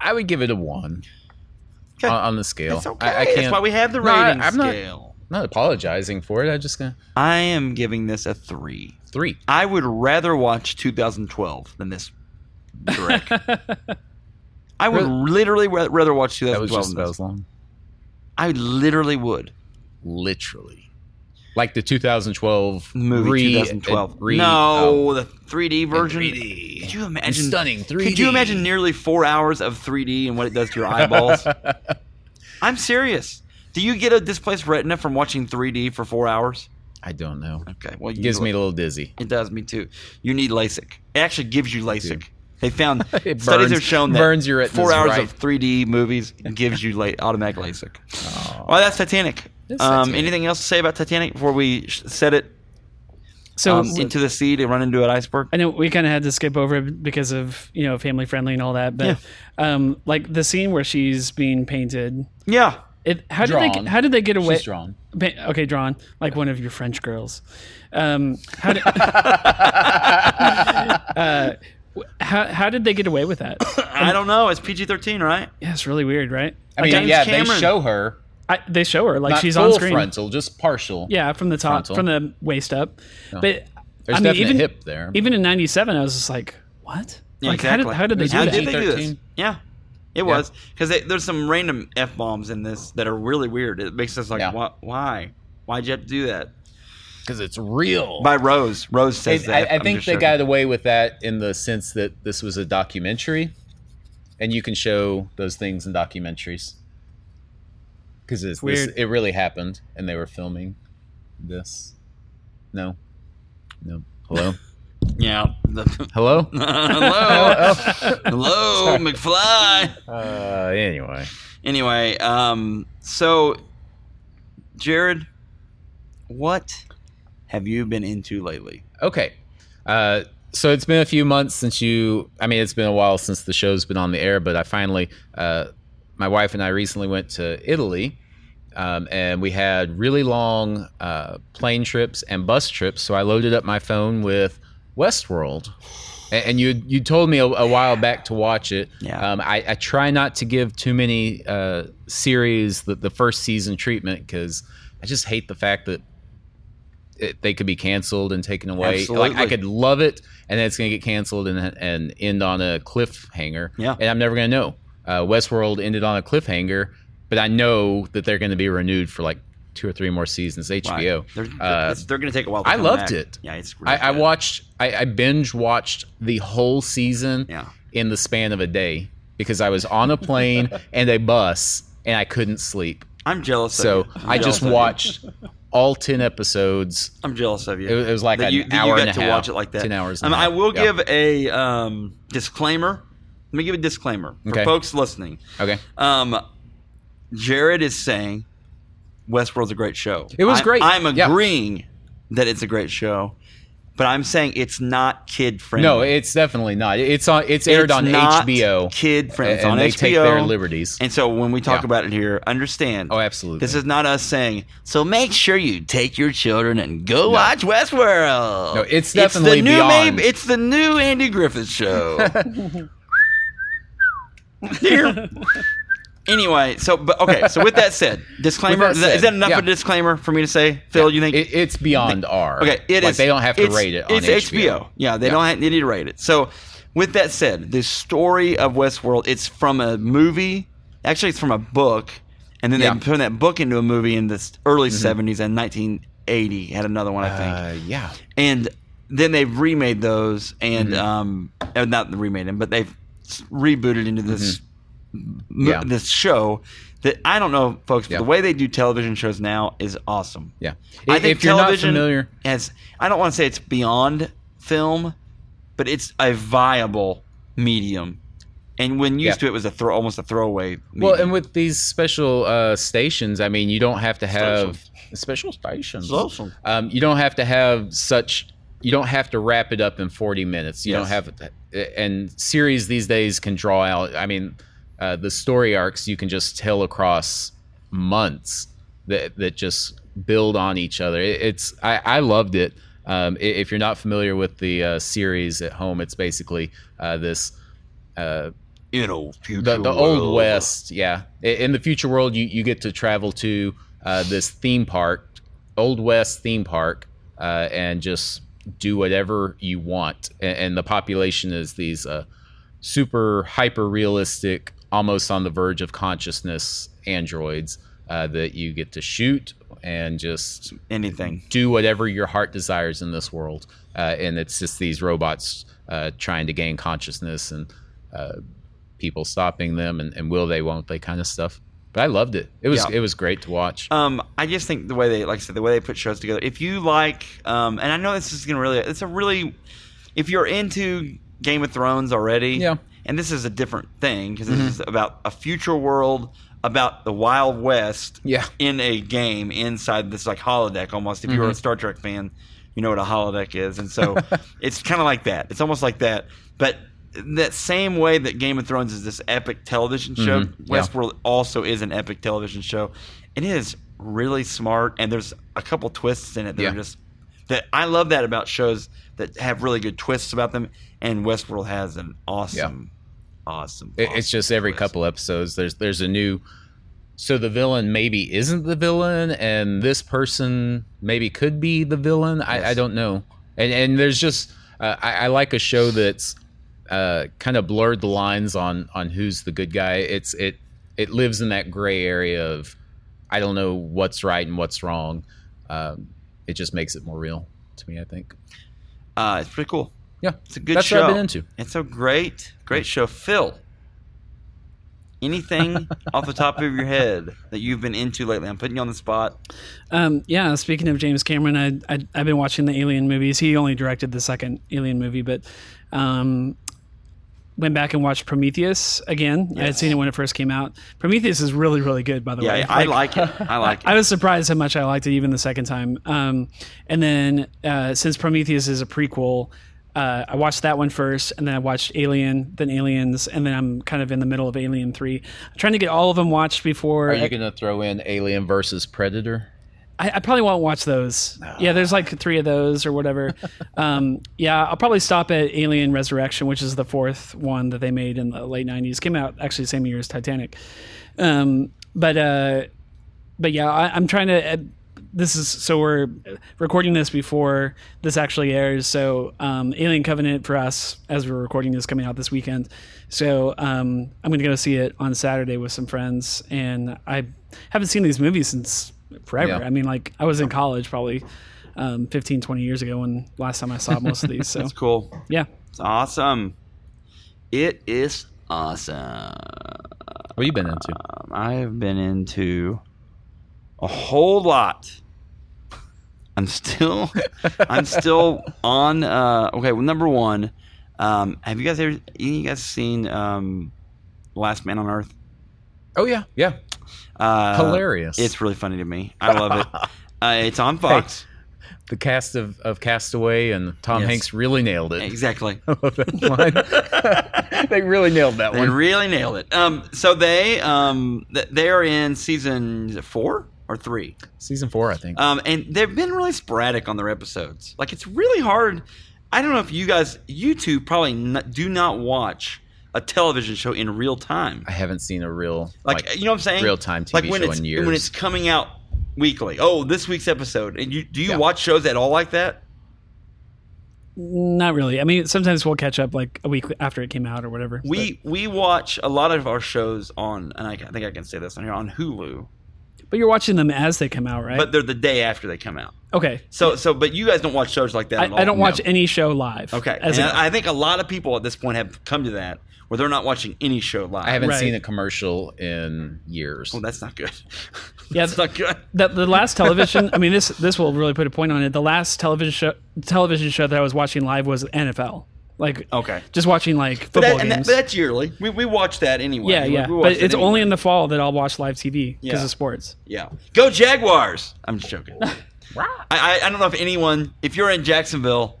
[SPEAKER 2] I would give it a one
[SPEAKER 1] Okay.
[SPEAKER 2] on, on the scale.
[SPEAKER 1] It's okay.
[SPEAKER 2] I, I can't,
[SPEAKER 1] That's why we have the
[SPEAKER 2] No, I-
[SPEAKER 1] rating
[SPEAKER 2] I'm not-
[SPEAKER 1] scale.
[SPEAKER 2] I'm not apologizing for it. I just gonna
[SPEAKER 1] I am giving this a three.
[SPEAKER 2] three.
[SPEAKER 1] I would rather watch 2012 than this
[SPEAKER 2] <laughs>
[SPEAKER 1] Drake. I would literally ra- rather watch
[SPEAKER 2] That
[SPEAKER 1] 2012.
[SPEAKER 2] was just
[SPEAKER 1] than
[SPEAKER 2] about
[SPEAKER 1] this.
[SPEAKER 2] as long.
[SPEAKER 1] I literally would.
[SPEAKER 2] Literally, like the 2012
[SPEAKER 1] Movie
[SPEAKER 2] re-
[SPEAKER 1] 2012.
[SPEAKER 2] re-
[SPEAKER 1] no,
[SPEAKER 2] oh,
[SPEAKER 1] the 3D version.
[SPEAKER 2] 3D.
[SPEAKER 1] Could you imagine?
[SPEAKER 2] stunning
[SPEAKER 1] Could you
[SPEAKER 2] 3D.
[SPEAKER 1] imagine nearly four hours of 3D and what it does to your
[SPEAKER 2] <laughs>
[SPEAKER 1] eyeballs? I'm serious. Do you get a displaced retina from watching 3D for four hours?
[SPEAKER 2] I don't know.
[SPEAKER 1] Okay. Well,
[SPEAKER 2] It
[SPEAKER 1] you
[SPEAKER 2] gives
[SPEAKER 1] do
[SPEAKER 2] me a little dizzy.
[SPEAKER 1] It does me too. You need LASIK. It actually gives you LASIK. They found
[SPEAKER 2] <laughs> It
[SPEAKER 1] studies
[SPEAKER 2] burns-
[SPEAKER 1] have shown that
[SPEAKER 2] burns your retinas
[SPEAKER 1] four hours
[SPEAKER 2] right.
[SPEAKER 1] of 3D
[SPEAKER 2] <laughs>
[SPEAKER 1] movies gives you la- automatic LASIK. Well, that's Titanic.
[SPEAKER 2] It's
[SPEAKER 1] Um,
[SPEAKER 2] Titanic.
[SPEAKER 1] Anything else to say about Titanic before we sh- set it
[SPEAKER 3] <laughs> So
[SPEAKER 1] um, into the sea to run into an iceberg.
[SPEAKER 3] I know we kind of had to skip over it because of you know family friendly and all that, but um, like the scene where she's being painted.
[SPEAKER 1] Yeah.
[SPEAKER 3] It, how did
[SPEAKER 2] Drawn.
[SPEAKER 3] they how did they get away?
[SPEAKER 2] She's drawn.
[SPEAKER 3] Pa- okay, drawn like one of your French girls. Um,
[SPEAKER 2] <laughs>
[SPEAKER 3] how did <laughs> uh, w- how how did they get away with that? <coughs>
[SPEAKER 1] I don't know. It's PG thirteen, right?
[SPEAKER 3] Yeah, it's really weird, right?
[SPEAKER 2] I mean,
[SPEAKER 1] James
[SPEAKER 2] yeah,
[SPEAKER 1] Cameron.
[SPEAKER 2] they show her.
[SPEAKER 3] I, they show her like
[SPEAKER 2] Not
[SPEAKER 3] she's
[SPEAKER 2] full
[SPEAKER 3] on screen.
[SPEAKER 2] frontal, just partial.
[SPEAKER 3] Yeah, from the top,
[SPEAKER 2] Frontal.
[SPEAKER 3] from the waist up. But
[SPEAKER 2] There's
[SPEAKER 3] I mean,
[SPEAKER 2] definitely
[SPEAKER 3] even
[SPEAKER 2] a hip there.
[SPEAKER 3] even in '97, I was just like, what?
[SPEAKER 1] Yeah,
[SPEAKER 3] like,
[SPEAKER 1] exactly.
[SPEAKER 3] how did how did they
[SPEAKER 1] How
[SPEAKER 3] do
[SPEAKER 1] did
[SPEAKER 3] that?
[SPEAKER 1] they do this?
[SPEAKER 2] 13?
[SPEAKER 1] Yeah, it was because there's some random f bombs in this that are really weird. It makes us like,
[SPEAKER 2] Yeah.
[SPEAKER 1] why, why, why'd you have to do that?
[SPEAKER 2] Because it's real.
[SPEAKER 1] By Rose. Rose
[SPEAKER 2] I,
[SPEAKER 1] says that.
[SPEAKER 2] I, I
[SPEAKER 1] I'm
[SPEAKER 2] think
[SPEAKER 1] just
[SPEAKER 2] they
[SPEAKER 1] joking.
[SPEAKER 2] got away with that in the sense that this was a documentary, and you can show those things in documentaries. Because it's this,
[SPEAKER 3] Weird.
[SPEAKER 2] it really happened, and they were filming this. No, no. Hello,
[SPEAKER 1] Yeah. <laughs>
[SPEAKER 2] <laughs> hello. Oh,
[SPEAKER 1] Hello. Hello, McFly.
[SPEAKER 2] Uh, anyway,
[SPEAKER 1] Anyway, um, so Jared, what have you been into lately?
[SPEAKER 2] okay. Uh, so it's been a few months since you. I mean, it's been a while since the show's been on the air, but I finally, uh, my wife and I recently went to Italy, um, and we had really long uh, plane trips and bus trips. So I loaded up my phone with Westworld, and, and you you told me a, a while back to watch it.
[SPEAKER 1] Yeah.
[SPEAKER 2] Um, I, I try not to give too many uh, series the, the first season treatment because I just hate the fact that it, they could be canceled and taken away. Like
[SPEAKER 1] Absolutely.
[SPEAKER 2] I could love it, and then it's going to get canceled and and end on a cliffhanger.
[SPEAKER 1] Yeah.
[SPEAKER 2] and I'm never going to know. Uh, Westworld ended on a cliffhanger, but I know that they're going to be renewed for like two or three more seasons. HBO.
[SPEAKER 1] Right. They're,
[SPEAKER 2] Uh,
[SPEAKER 1] it's- they're going to take a while. to
[SPEAKER 2] I
[SPEAKER 1] come
[SPEAKER 2] loved
[SPEAKER 1] back.
[SPEAKER 2] it.
[SPEAKER 1] Yeah, it's really
[SPEAKER 2] I, I
[SPEAKER 1] good.
[SPEAKER 2] watched. I, I binge watched the whole season
[SPEAKER 1] Yeah.
[SPEAKER 2] in the span of a day because I was on
[SPEAKER 1] <laughs>
[SPEAKER 2] a plane and a bus and I couldn't sleep.
[SPEAKER 1] I'm jealous.
[SPEAKER 2] So
[SPEAKER 1] of you. I'm
[SPEAKER 2] I
[SPEAKER 1] jealous
[SPEAKER 2] just
[SPEAKER 1] of you.
[SPEAKER 2] watched all ten episodes.
[SPEAKER 1] I'm jealous of you.
[SPEAKER 2] It was, it was like
[SPEAKER 1] that
[SPEAKER 2] an
[SPEAKER 1] you, that you
[SPEAKER 2] hour
[SPEAKER 1] got
[SPEAKER 2] and a
[SPEAKER 1] to
[SPEAKER 2] half.
[SPEAKER 1] watch it like that.
[SPEAKER 2] Ten hours.
[SPEAKER 1] I,
[SPEAKER 2] and
[SPEAKER 1] mean,
[SPEAKER 2] a
[SPEAKER 1] I
[SPEAKER 2] half.
[SPEAKER 1] will
[SPEAKER 2] Yeah.
[SPEAKER 1] give a um, disclaimer. Let me give a disclaimer for
[SPEAKER 2] Okay.
[SPEAKER 1] folks listening.
[SPEAKER 2] Okay.
[SPEAKER 1] Um, Jared is saying Westworld's a great show.
[SPEAKER 2] It was
[SPEAKER 1] I-
[SPEAKER 2] great.
[SPEAKER 1] I'm
[SPEAKER 2] Yeah.
[SPEAKER 1] agreeing that it's a great show, but I'm saying it's not kid friendly.
[SPEAKER 2] No, it's definitely not. It's on. It's aired on HBO.
[SPEAKER 1] Kid friendly. It's
[SPEAKER 2] and
[SPEAKER 1] on
[SPEAKER 2] they
[SPEAKER 1] HBO.
[SPEAKER 2] take their liberties.
[SPEAKER 1] And so when we talk
[SPEAKER 2] Yeah.
[SPEAKER 1] about it here, understand.
[SPEAKER 2] Oh, absolutely.
[SPEAKER 1] This is not us saying. So make sure you take your children and go watch Westworld.
[SPEAKER 2] No, it's definitely
[SPEAKER 1] the new
[SPEAKER 2] beyond.
[SPEAKER 1] Mabe- it's the new Andy Griffith
[SPEAKER 2] <laughs>
[SPEAKER 1] show. Dear. anyway, so but okay. So with that said, disclaimer.
[SPEAKER 2] <laughs> With that
[SPEAKER 1] is that- is that
[SPEAKER 2] said,
[SPEAKER 1] enough
[SPEAKER 2] yeah.
[SPEAKER 1] of a disclaimer for me to say, Phil? You think
[SPEAKER 2] It, it's beyond R.
[SPEAKER 1] Okay, it is.
[SPEAKER 2] like They don't have to
[SPEAKER 1] it's-
[SPEAKER 2] rate it on
[SPEAKER 1] it's HBO. Yeah, they
[SPEAKER 2] Yeah.
[SPEAKER 1] don't have, they need to rate it. So, with that said, the story of Westworld it's from a movie. Actually, it's from a book, and then
[SPEAKER 2] Yeah. Mm-hmm.
[SPEAKER 1] they turned that book into a movie in the s- early '70s and 1980 had another one, I think.
[SPEAKER 2] Uh, yeah.
[SPEAKER 1] and then they've remade those and
[SPEAKER 2] Mm-hmm.
[SPEAKER 1] um, uh, not remade them, but they've s- rebooted into this mo-
[SPEAKER 2] Mm-hmm. Yeah.
[SPEAKER 1] this show. That I don't know, folks, but
[SPEAKER 2] Yeah.
[SPEAKER 1] the way they do television shows now is awesome.
[SPEAKER 2] Yeah.
[SPEAKER 1] I
[SPEAKER 2] If-
[SPEAKER 1] think
[SPEAKER 2] if you're not
[SPEAKER 1] television
[SPEAKER 2] familiar,
[SPEAKER 1] has I don't want to say it's beyond film, but it's a viable medium. And when used
[SPEAKER 2] Yeah.
[SPEAKER 1] to it was a throw almost a throwaway. Medium.
[SPEAKER 2] Well, and with these special uh, stations, I mean, you don't have to have
[SPEAKER 1] Stations.
[SPEAKER 2] special stations.
[SPEAKER 1] Social.
[SPEAKER 2] Um, you don't have to have such. You don't have to wrap it up in forty minutes. You
[SPEAKER 1] Yes.
[SPEAKER 2] don't have, and series these days can draw out. I mean, uh, the story arcs you can just tell across months that that just build on each other. It, it's I, I loved it. Um, i- if you're not familiar with the uh, series at home, it's basically uh, this. Uh,
[SPEAKER 1] you know, future
[SPEAKER 2] the, the old
[SPEAKER 1] world.
[SPEAKER 2] west yeah I- in the future world you, you get to travel to uh, this theme park old west theme park uh, and just do whatever you want and, and the population is these uh, super hyper realistic almost on the verge of consciousness androids uh, that you get to shoot and just
[SPEAKER 1] anything.
[SPEAKER 2] do whatever your heart desires in this world. Uh, and it's just these robots uh, trying to gain consciousness and uh, people stopping them and, and will they, won't they kind of stuff. But I loved it. It was
[SPEAKER 1] Yeah.
[SPEAKER 2] it was great to watch.
[SPEAKER 1] Um, I just think the way they, like I said, the way they put shows together. If you like, um, and I know this is gonna really, it's a really, if you're into Game of Thrones already,
[SPEAKER 2] Yeah. Mm-hmm.
[SPEAKER 1] and this is a different thing because this is about a future world, about the Wild West,
[SPEAKER 2] Yeah. Mm-hmm.
[SPEAKER 1] in a game inside this like holodeck almost. If you're a Star Trek fan, you know what a holodeck is, and
[SPEAKER 2] <laughs>
[SPEAKER 1] so it's kind of like that. It's almost like that, but that same way that Game of Thrones is this epic television show,
[SPEAKER 2] Mhm, yeah.
[SPEAKER 1] Westworld also is an epic television show. It is really smart, and there's a couple twists in it that
[SPEAKER 2] Yeah.
[SPEAKER 1] are just that I love that about shows that have really good twists about them. And Westworld has an awesome, awesome.
[SPEAKER 2] It, it's just every
[SPEAKER 1] Awesome twist.
[SPEAKER 2] couple episodes. There's there's a new. So the villain maybe isn't the villain, and this person maybe could be the villain. I, I
[SPEAKER 1] Yes.
[SPEAKER 2] don't know. And and there's just uh, I, I like a show that's uh, kind of blurred the lines on on who's the good guy. It's it it lives in that gray area of I don't know what's right and what's wrong. Um, it just makes it more real to me. I think.
[SPEAKER 1] Uh, it's pretty cool.
[SPEAKER 2] Yeah,
[SPEAKER 1] It's a good
[SPEAKER 2] that's
[SPEAKER 1] show.
[SPEAKER 2] what I've been into.
[SPEAKER 1] It's a great, great show. Phil, <laughs> anything off the top of your head that you've been into lately? I'm putting you on the spot.
[SPEAKER 3] Um, yeah, speaking of James Cameron, I, I, I've been watching the Alien movies. He only directed the second Alien movie, but um, went back and watched Prometheus again. I had seen it when it first came out. Prometheus is really, really good, by the way.
[SPEAKER 1] Yeah, I like it. I like <laughs> it.
[SPEAKER 3] I was surprised how much I liked it even the second time. Um, and then uh, since Prometheus is a prequel, uh, I watched that one first, and then I watched Alien, then Aliens, and then I'm kind of in the middle of Alien Three. I'm trying to get all of them watched before.
[SPEAKER 2] Are you gonna throw in Alien versus Predator?
[SPEAKER 3] I, I probably won't watch those. Yeah, there's like three of those or whatever. um, yeah, I'll probably stop at Alien Resurrection, which is the fourth one that they made in the late '90s. Came out actually the same year as Titanic. Um, but uh, but yeah, I, I'm trying to. Uh, this is so we're recording this before this actually airs. So um, Alien Covenant for us, as we're recording this, coming out this weekend. So um, I'm going to go see it on Saturday with some friends, and I haven't seen these movies since forever.
[SPEAKER 2] Yeah.
[SPEAKER 3] I mean, like I was in college probably um, 15, 20 years ago when last time I saw most
[SPEAKER 2] <laughs>
[SPEAKER 3] of these. So
[SPEAKER 1] It's cool.
[SPEAKER 3] yeah.
[SPEAKER 1] It's awesome. It is awesome.
[SPEAKER 2] What have you been into?
[SPEAKER 1] I have been into a whole lot. I'm <laughs> still, I'm still on. Uh, okay, well, number one, um, have you guys ever? Any of you guys seen um, Last Man on Earth?
[SPEAKER 2] Oh yeah, yeah.
[SPEAKER 1] Uh,
[SPEAKER 2] Hilarious.
[SPEAKER 1] It's really funny to me. I love
[SPEAKER 2] <laughs>
[SPEAKER 1] it. Uh, it's on Fox.
[SPEAKER 2] the cast of, of Castaway and Tom
[SPEAKER 1] Yes.
[SPEAKER 2] Hanks really nailed it.
[SPEAKER 1] Exactly.
[SPEAKER 2] I love <laughs> that line. they really nailed
[SPEAKER 1] <laughs>
[SPEAKER 2] that
[SPEAKER 1] They
[SPEAKER 2] one.
[SPEAKER 1] really nailed it. Um, so they um, th- they are in season is it four or three.
[SPEAKER 2] Season four, I think.
[SPEAKER 1] Um, and they've been really sporadic on their episodes. Like it's really hard. I don't know if you guys, you two, probably n- do not watch a television show in real time.
[SPEAKER 2] I haven't seen a real
[SPEAKER 1] Like, uh, you know what I'm saying?
[SPEAKER 2] real-time TV
[SPEAKER 1] like when
[SPEAKER 2] show
[SPEAKER 1] it's,
[SPEAKER 2] in years.
[SPEAKER 1] When it's coming out weekly. Oh, this week's episode. And you do you
[SPEAKER 2] Yeah.
[SPEAKER 1] watch shows at all like that?
[SPEAKER 3] Not really. I mean, sometimes we'll catch up like a week after it came out or whatever.
[SPEAKER 1] We we watch a lot of our shows on, and I, I think I can say this on here on Hulu,
[SPEAKER 3] but, but you're watching them as they come out, right?
[SPEAKER 1] but they're the day after they come out.
[SPEAKER 3] okay.
[SPEAKER 1] So so, but you guys don't watch shows like that.
[SPEAKER 3] I,
[SPEAKER 1] at all.
[SPEAKER 3] I don't watch
[SPEAKER 2] No.
[SPEAKER 3] any show live.
[SPEAKER 1] Okay,
[SPEAKER 3] As
[SPEAKER 1] and
[SPEAKER 3] a-
[SPEAKER 1] I I think a lot of people at this point have come to that where they're not watching any show live.
[SPEAKER 2] I haven't
[SPEAKER 3] Right.
[SPEAKER 2] seen a commercial in years.
[SPEAKER 1] Well, that's not good. <laughs>
[SPEAKER 3] Yeah,
[SPEAKER 1] that's not good.
[SPEAKER 3] the, the last television i mean this this will really put a point on it the last television show television show that i was watching live was nfl like
[SPEAKER 1] Okay.
[SPEAKER 3] just watching like
[SPEAKER 1] Oh. But,
[SPEAKER 3] football
[SPEAKER 1] that, and that,
[SPEAKER 3] games
[SPEAKER 1] but that's yearly. We, we watch that anyway.
[SPEAKER 3] yeah
[SPEAKER 1] Like,
[SPEAKER 3] yeah
[SPEAKER 1] we
[SPEAKER 3] but
[SPEAKER 1] watch that
[SPEAKER 3] it's
[SPEAKER 1] anyway.
[SPEAKER 3] only in the fall that i'll watch live tv because
[SPEAKER 1] Yeah.
[SPEAKER 3] of sports
[SPEAKER 1] yeah. Go Jaguars! I'm just joking. I, I I don't know if anyone if you're in Jacksonville,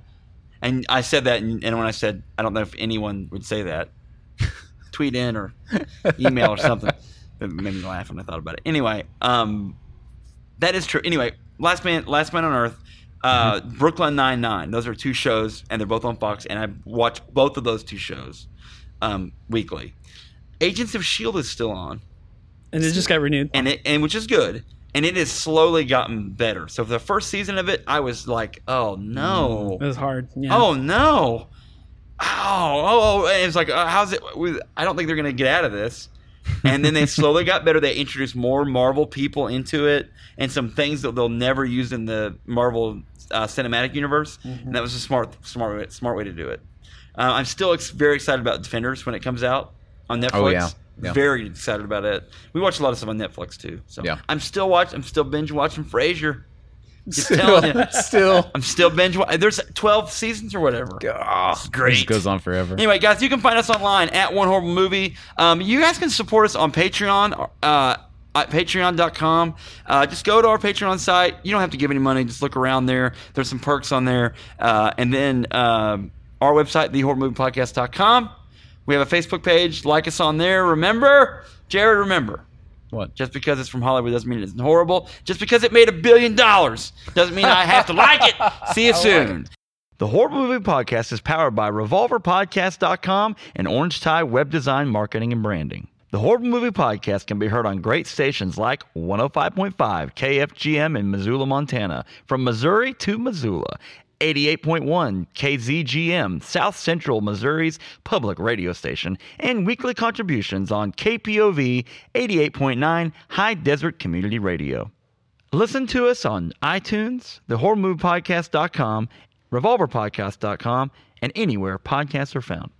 [SPEAKER 1] and I said that, and, and when I said I don't know if anyone would say that, <laughs> tweet in or email or something. It made me laugh when I thought about it. Anyway, um, that is true. Anyway, Last Man, Last Man on Earth, uh, Brooklyn Nine Nine. Those are two shows, and they're both on Fox. And I watch both of those two shows um, weekly. Agents of Shield E is still on,
[SPEAKER 3] and it just got renewed
[SPEAKER 1] and it and which is good. And it has slowly gotten better. So the first season of it, I was like, oh no,
[SPEAKER 3] it was hard yeah
[SPEAKER 1] oh no, oh oh. oh. And it's like, uh, how's it? we- I don't think they're gonna get out of this. And
[SPEAKER 2] <laughs>
[SPEAKER 1] then they slowly got better. They introduced more Marvel people into it, and some things that they'll never use in the Marvel uh, cinematic universe.
[SPEAKER 2] Mm-hmm.
[SPEAKER 1] And that was a smart, smart, way- smart way to do it. Uh, I'm still ex- very excited about Defenders when it comes out on Netflix.
[SPEAKER 2] Oh, yeah. Yeah.
[SPEAKER 1] Very excited about it. We watch a lot of stuff on Netflix too. So
[SPEAKER 2] Yeah.
[SPEAKER 1] I'm still watching. I'm still binge watching
[SPEAKER 2] <laughs>
[SPEAKER 1] Frasier. Just telling you.
[SPEAKER 2] still, still.
[SPEAKER 1] I'm still binge. wa- There's 12 seasons or whatever.
[SPEAKER 2] Oh,
[SPEAKER 1] great.
[SPEAKER 2] goes on forever.
[SPEAKER 1] Anyway, guys, you can find us online at One Horrible Movie. Um, you guys can support us on Patreon. Uh, at patreon.com. Uh, just go to our Patreon site. You don't have to give any money. Just look around there. There's some perks on there. Uh, and then um, our website, thehorrormoviepodcast.com. We have a Facebook page. Like us on there. Remember, Jared, remember.
[SPEAKER 2] What?
[SPEAKER 1] Just because it's from Hollywood doesn't mean it's horrible. Just because it made a billion dollars doesn't mean I have to like it. See you <laughs> soon. The Horrible Movie Podcast is powered by RevolverPodcast.com and Orange Tie Web Design Marketing and Branding. The Horrible Movie Podcast can be heard on great stations like 105.5 KFGM in Missoula, Montana, from Missouri to Missoula, 88.1 KZGM, South Central Missouri's public radio station, and weekly contributions on KPOV 88.9 High Desert Community Radio. Listen to us on iTunes, thehorrormoviepodcast.com, revolverpodcast.com, and anywhere podcasts are found.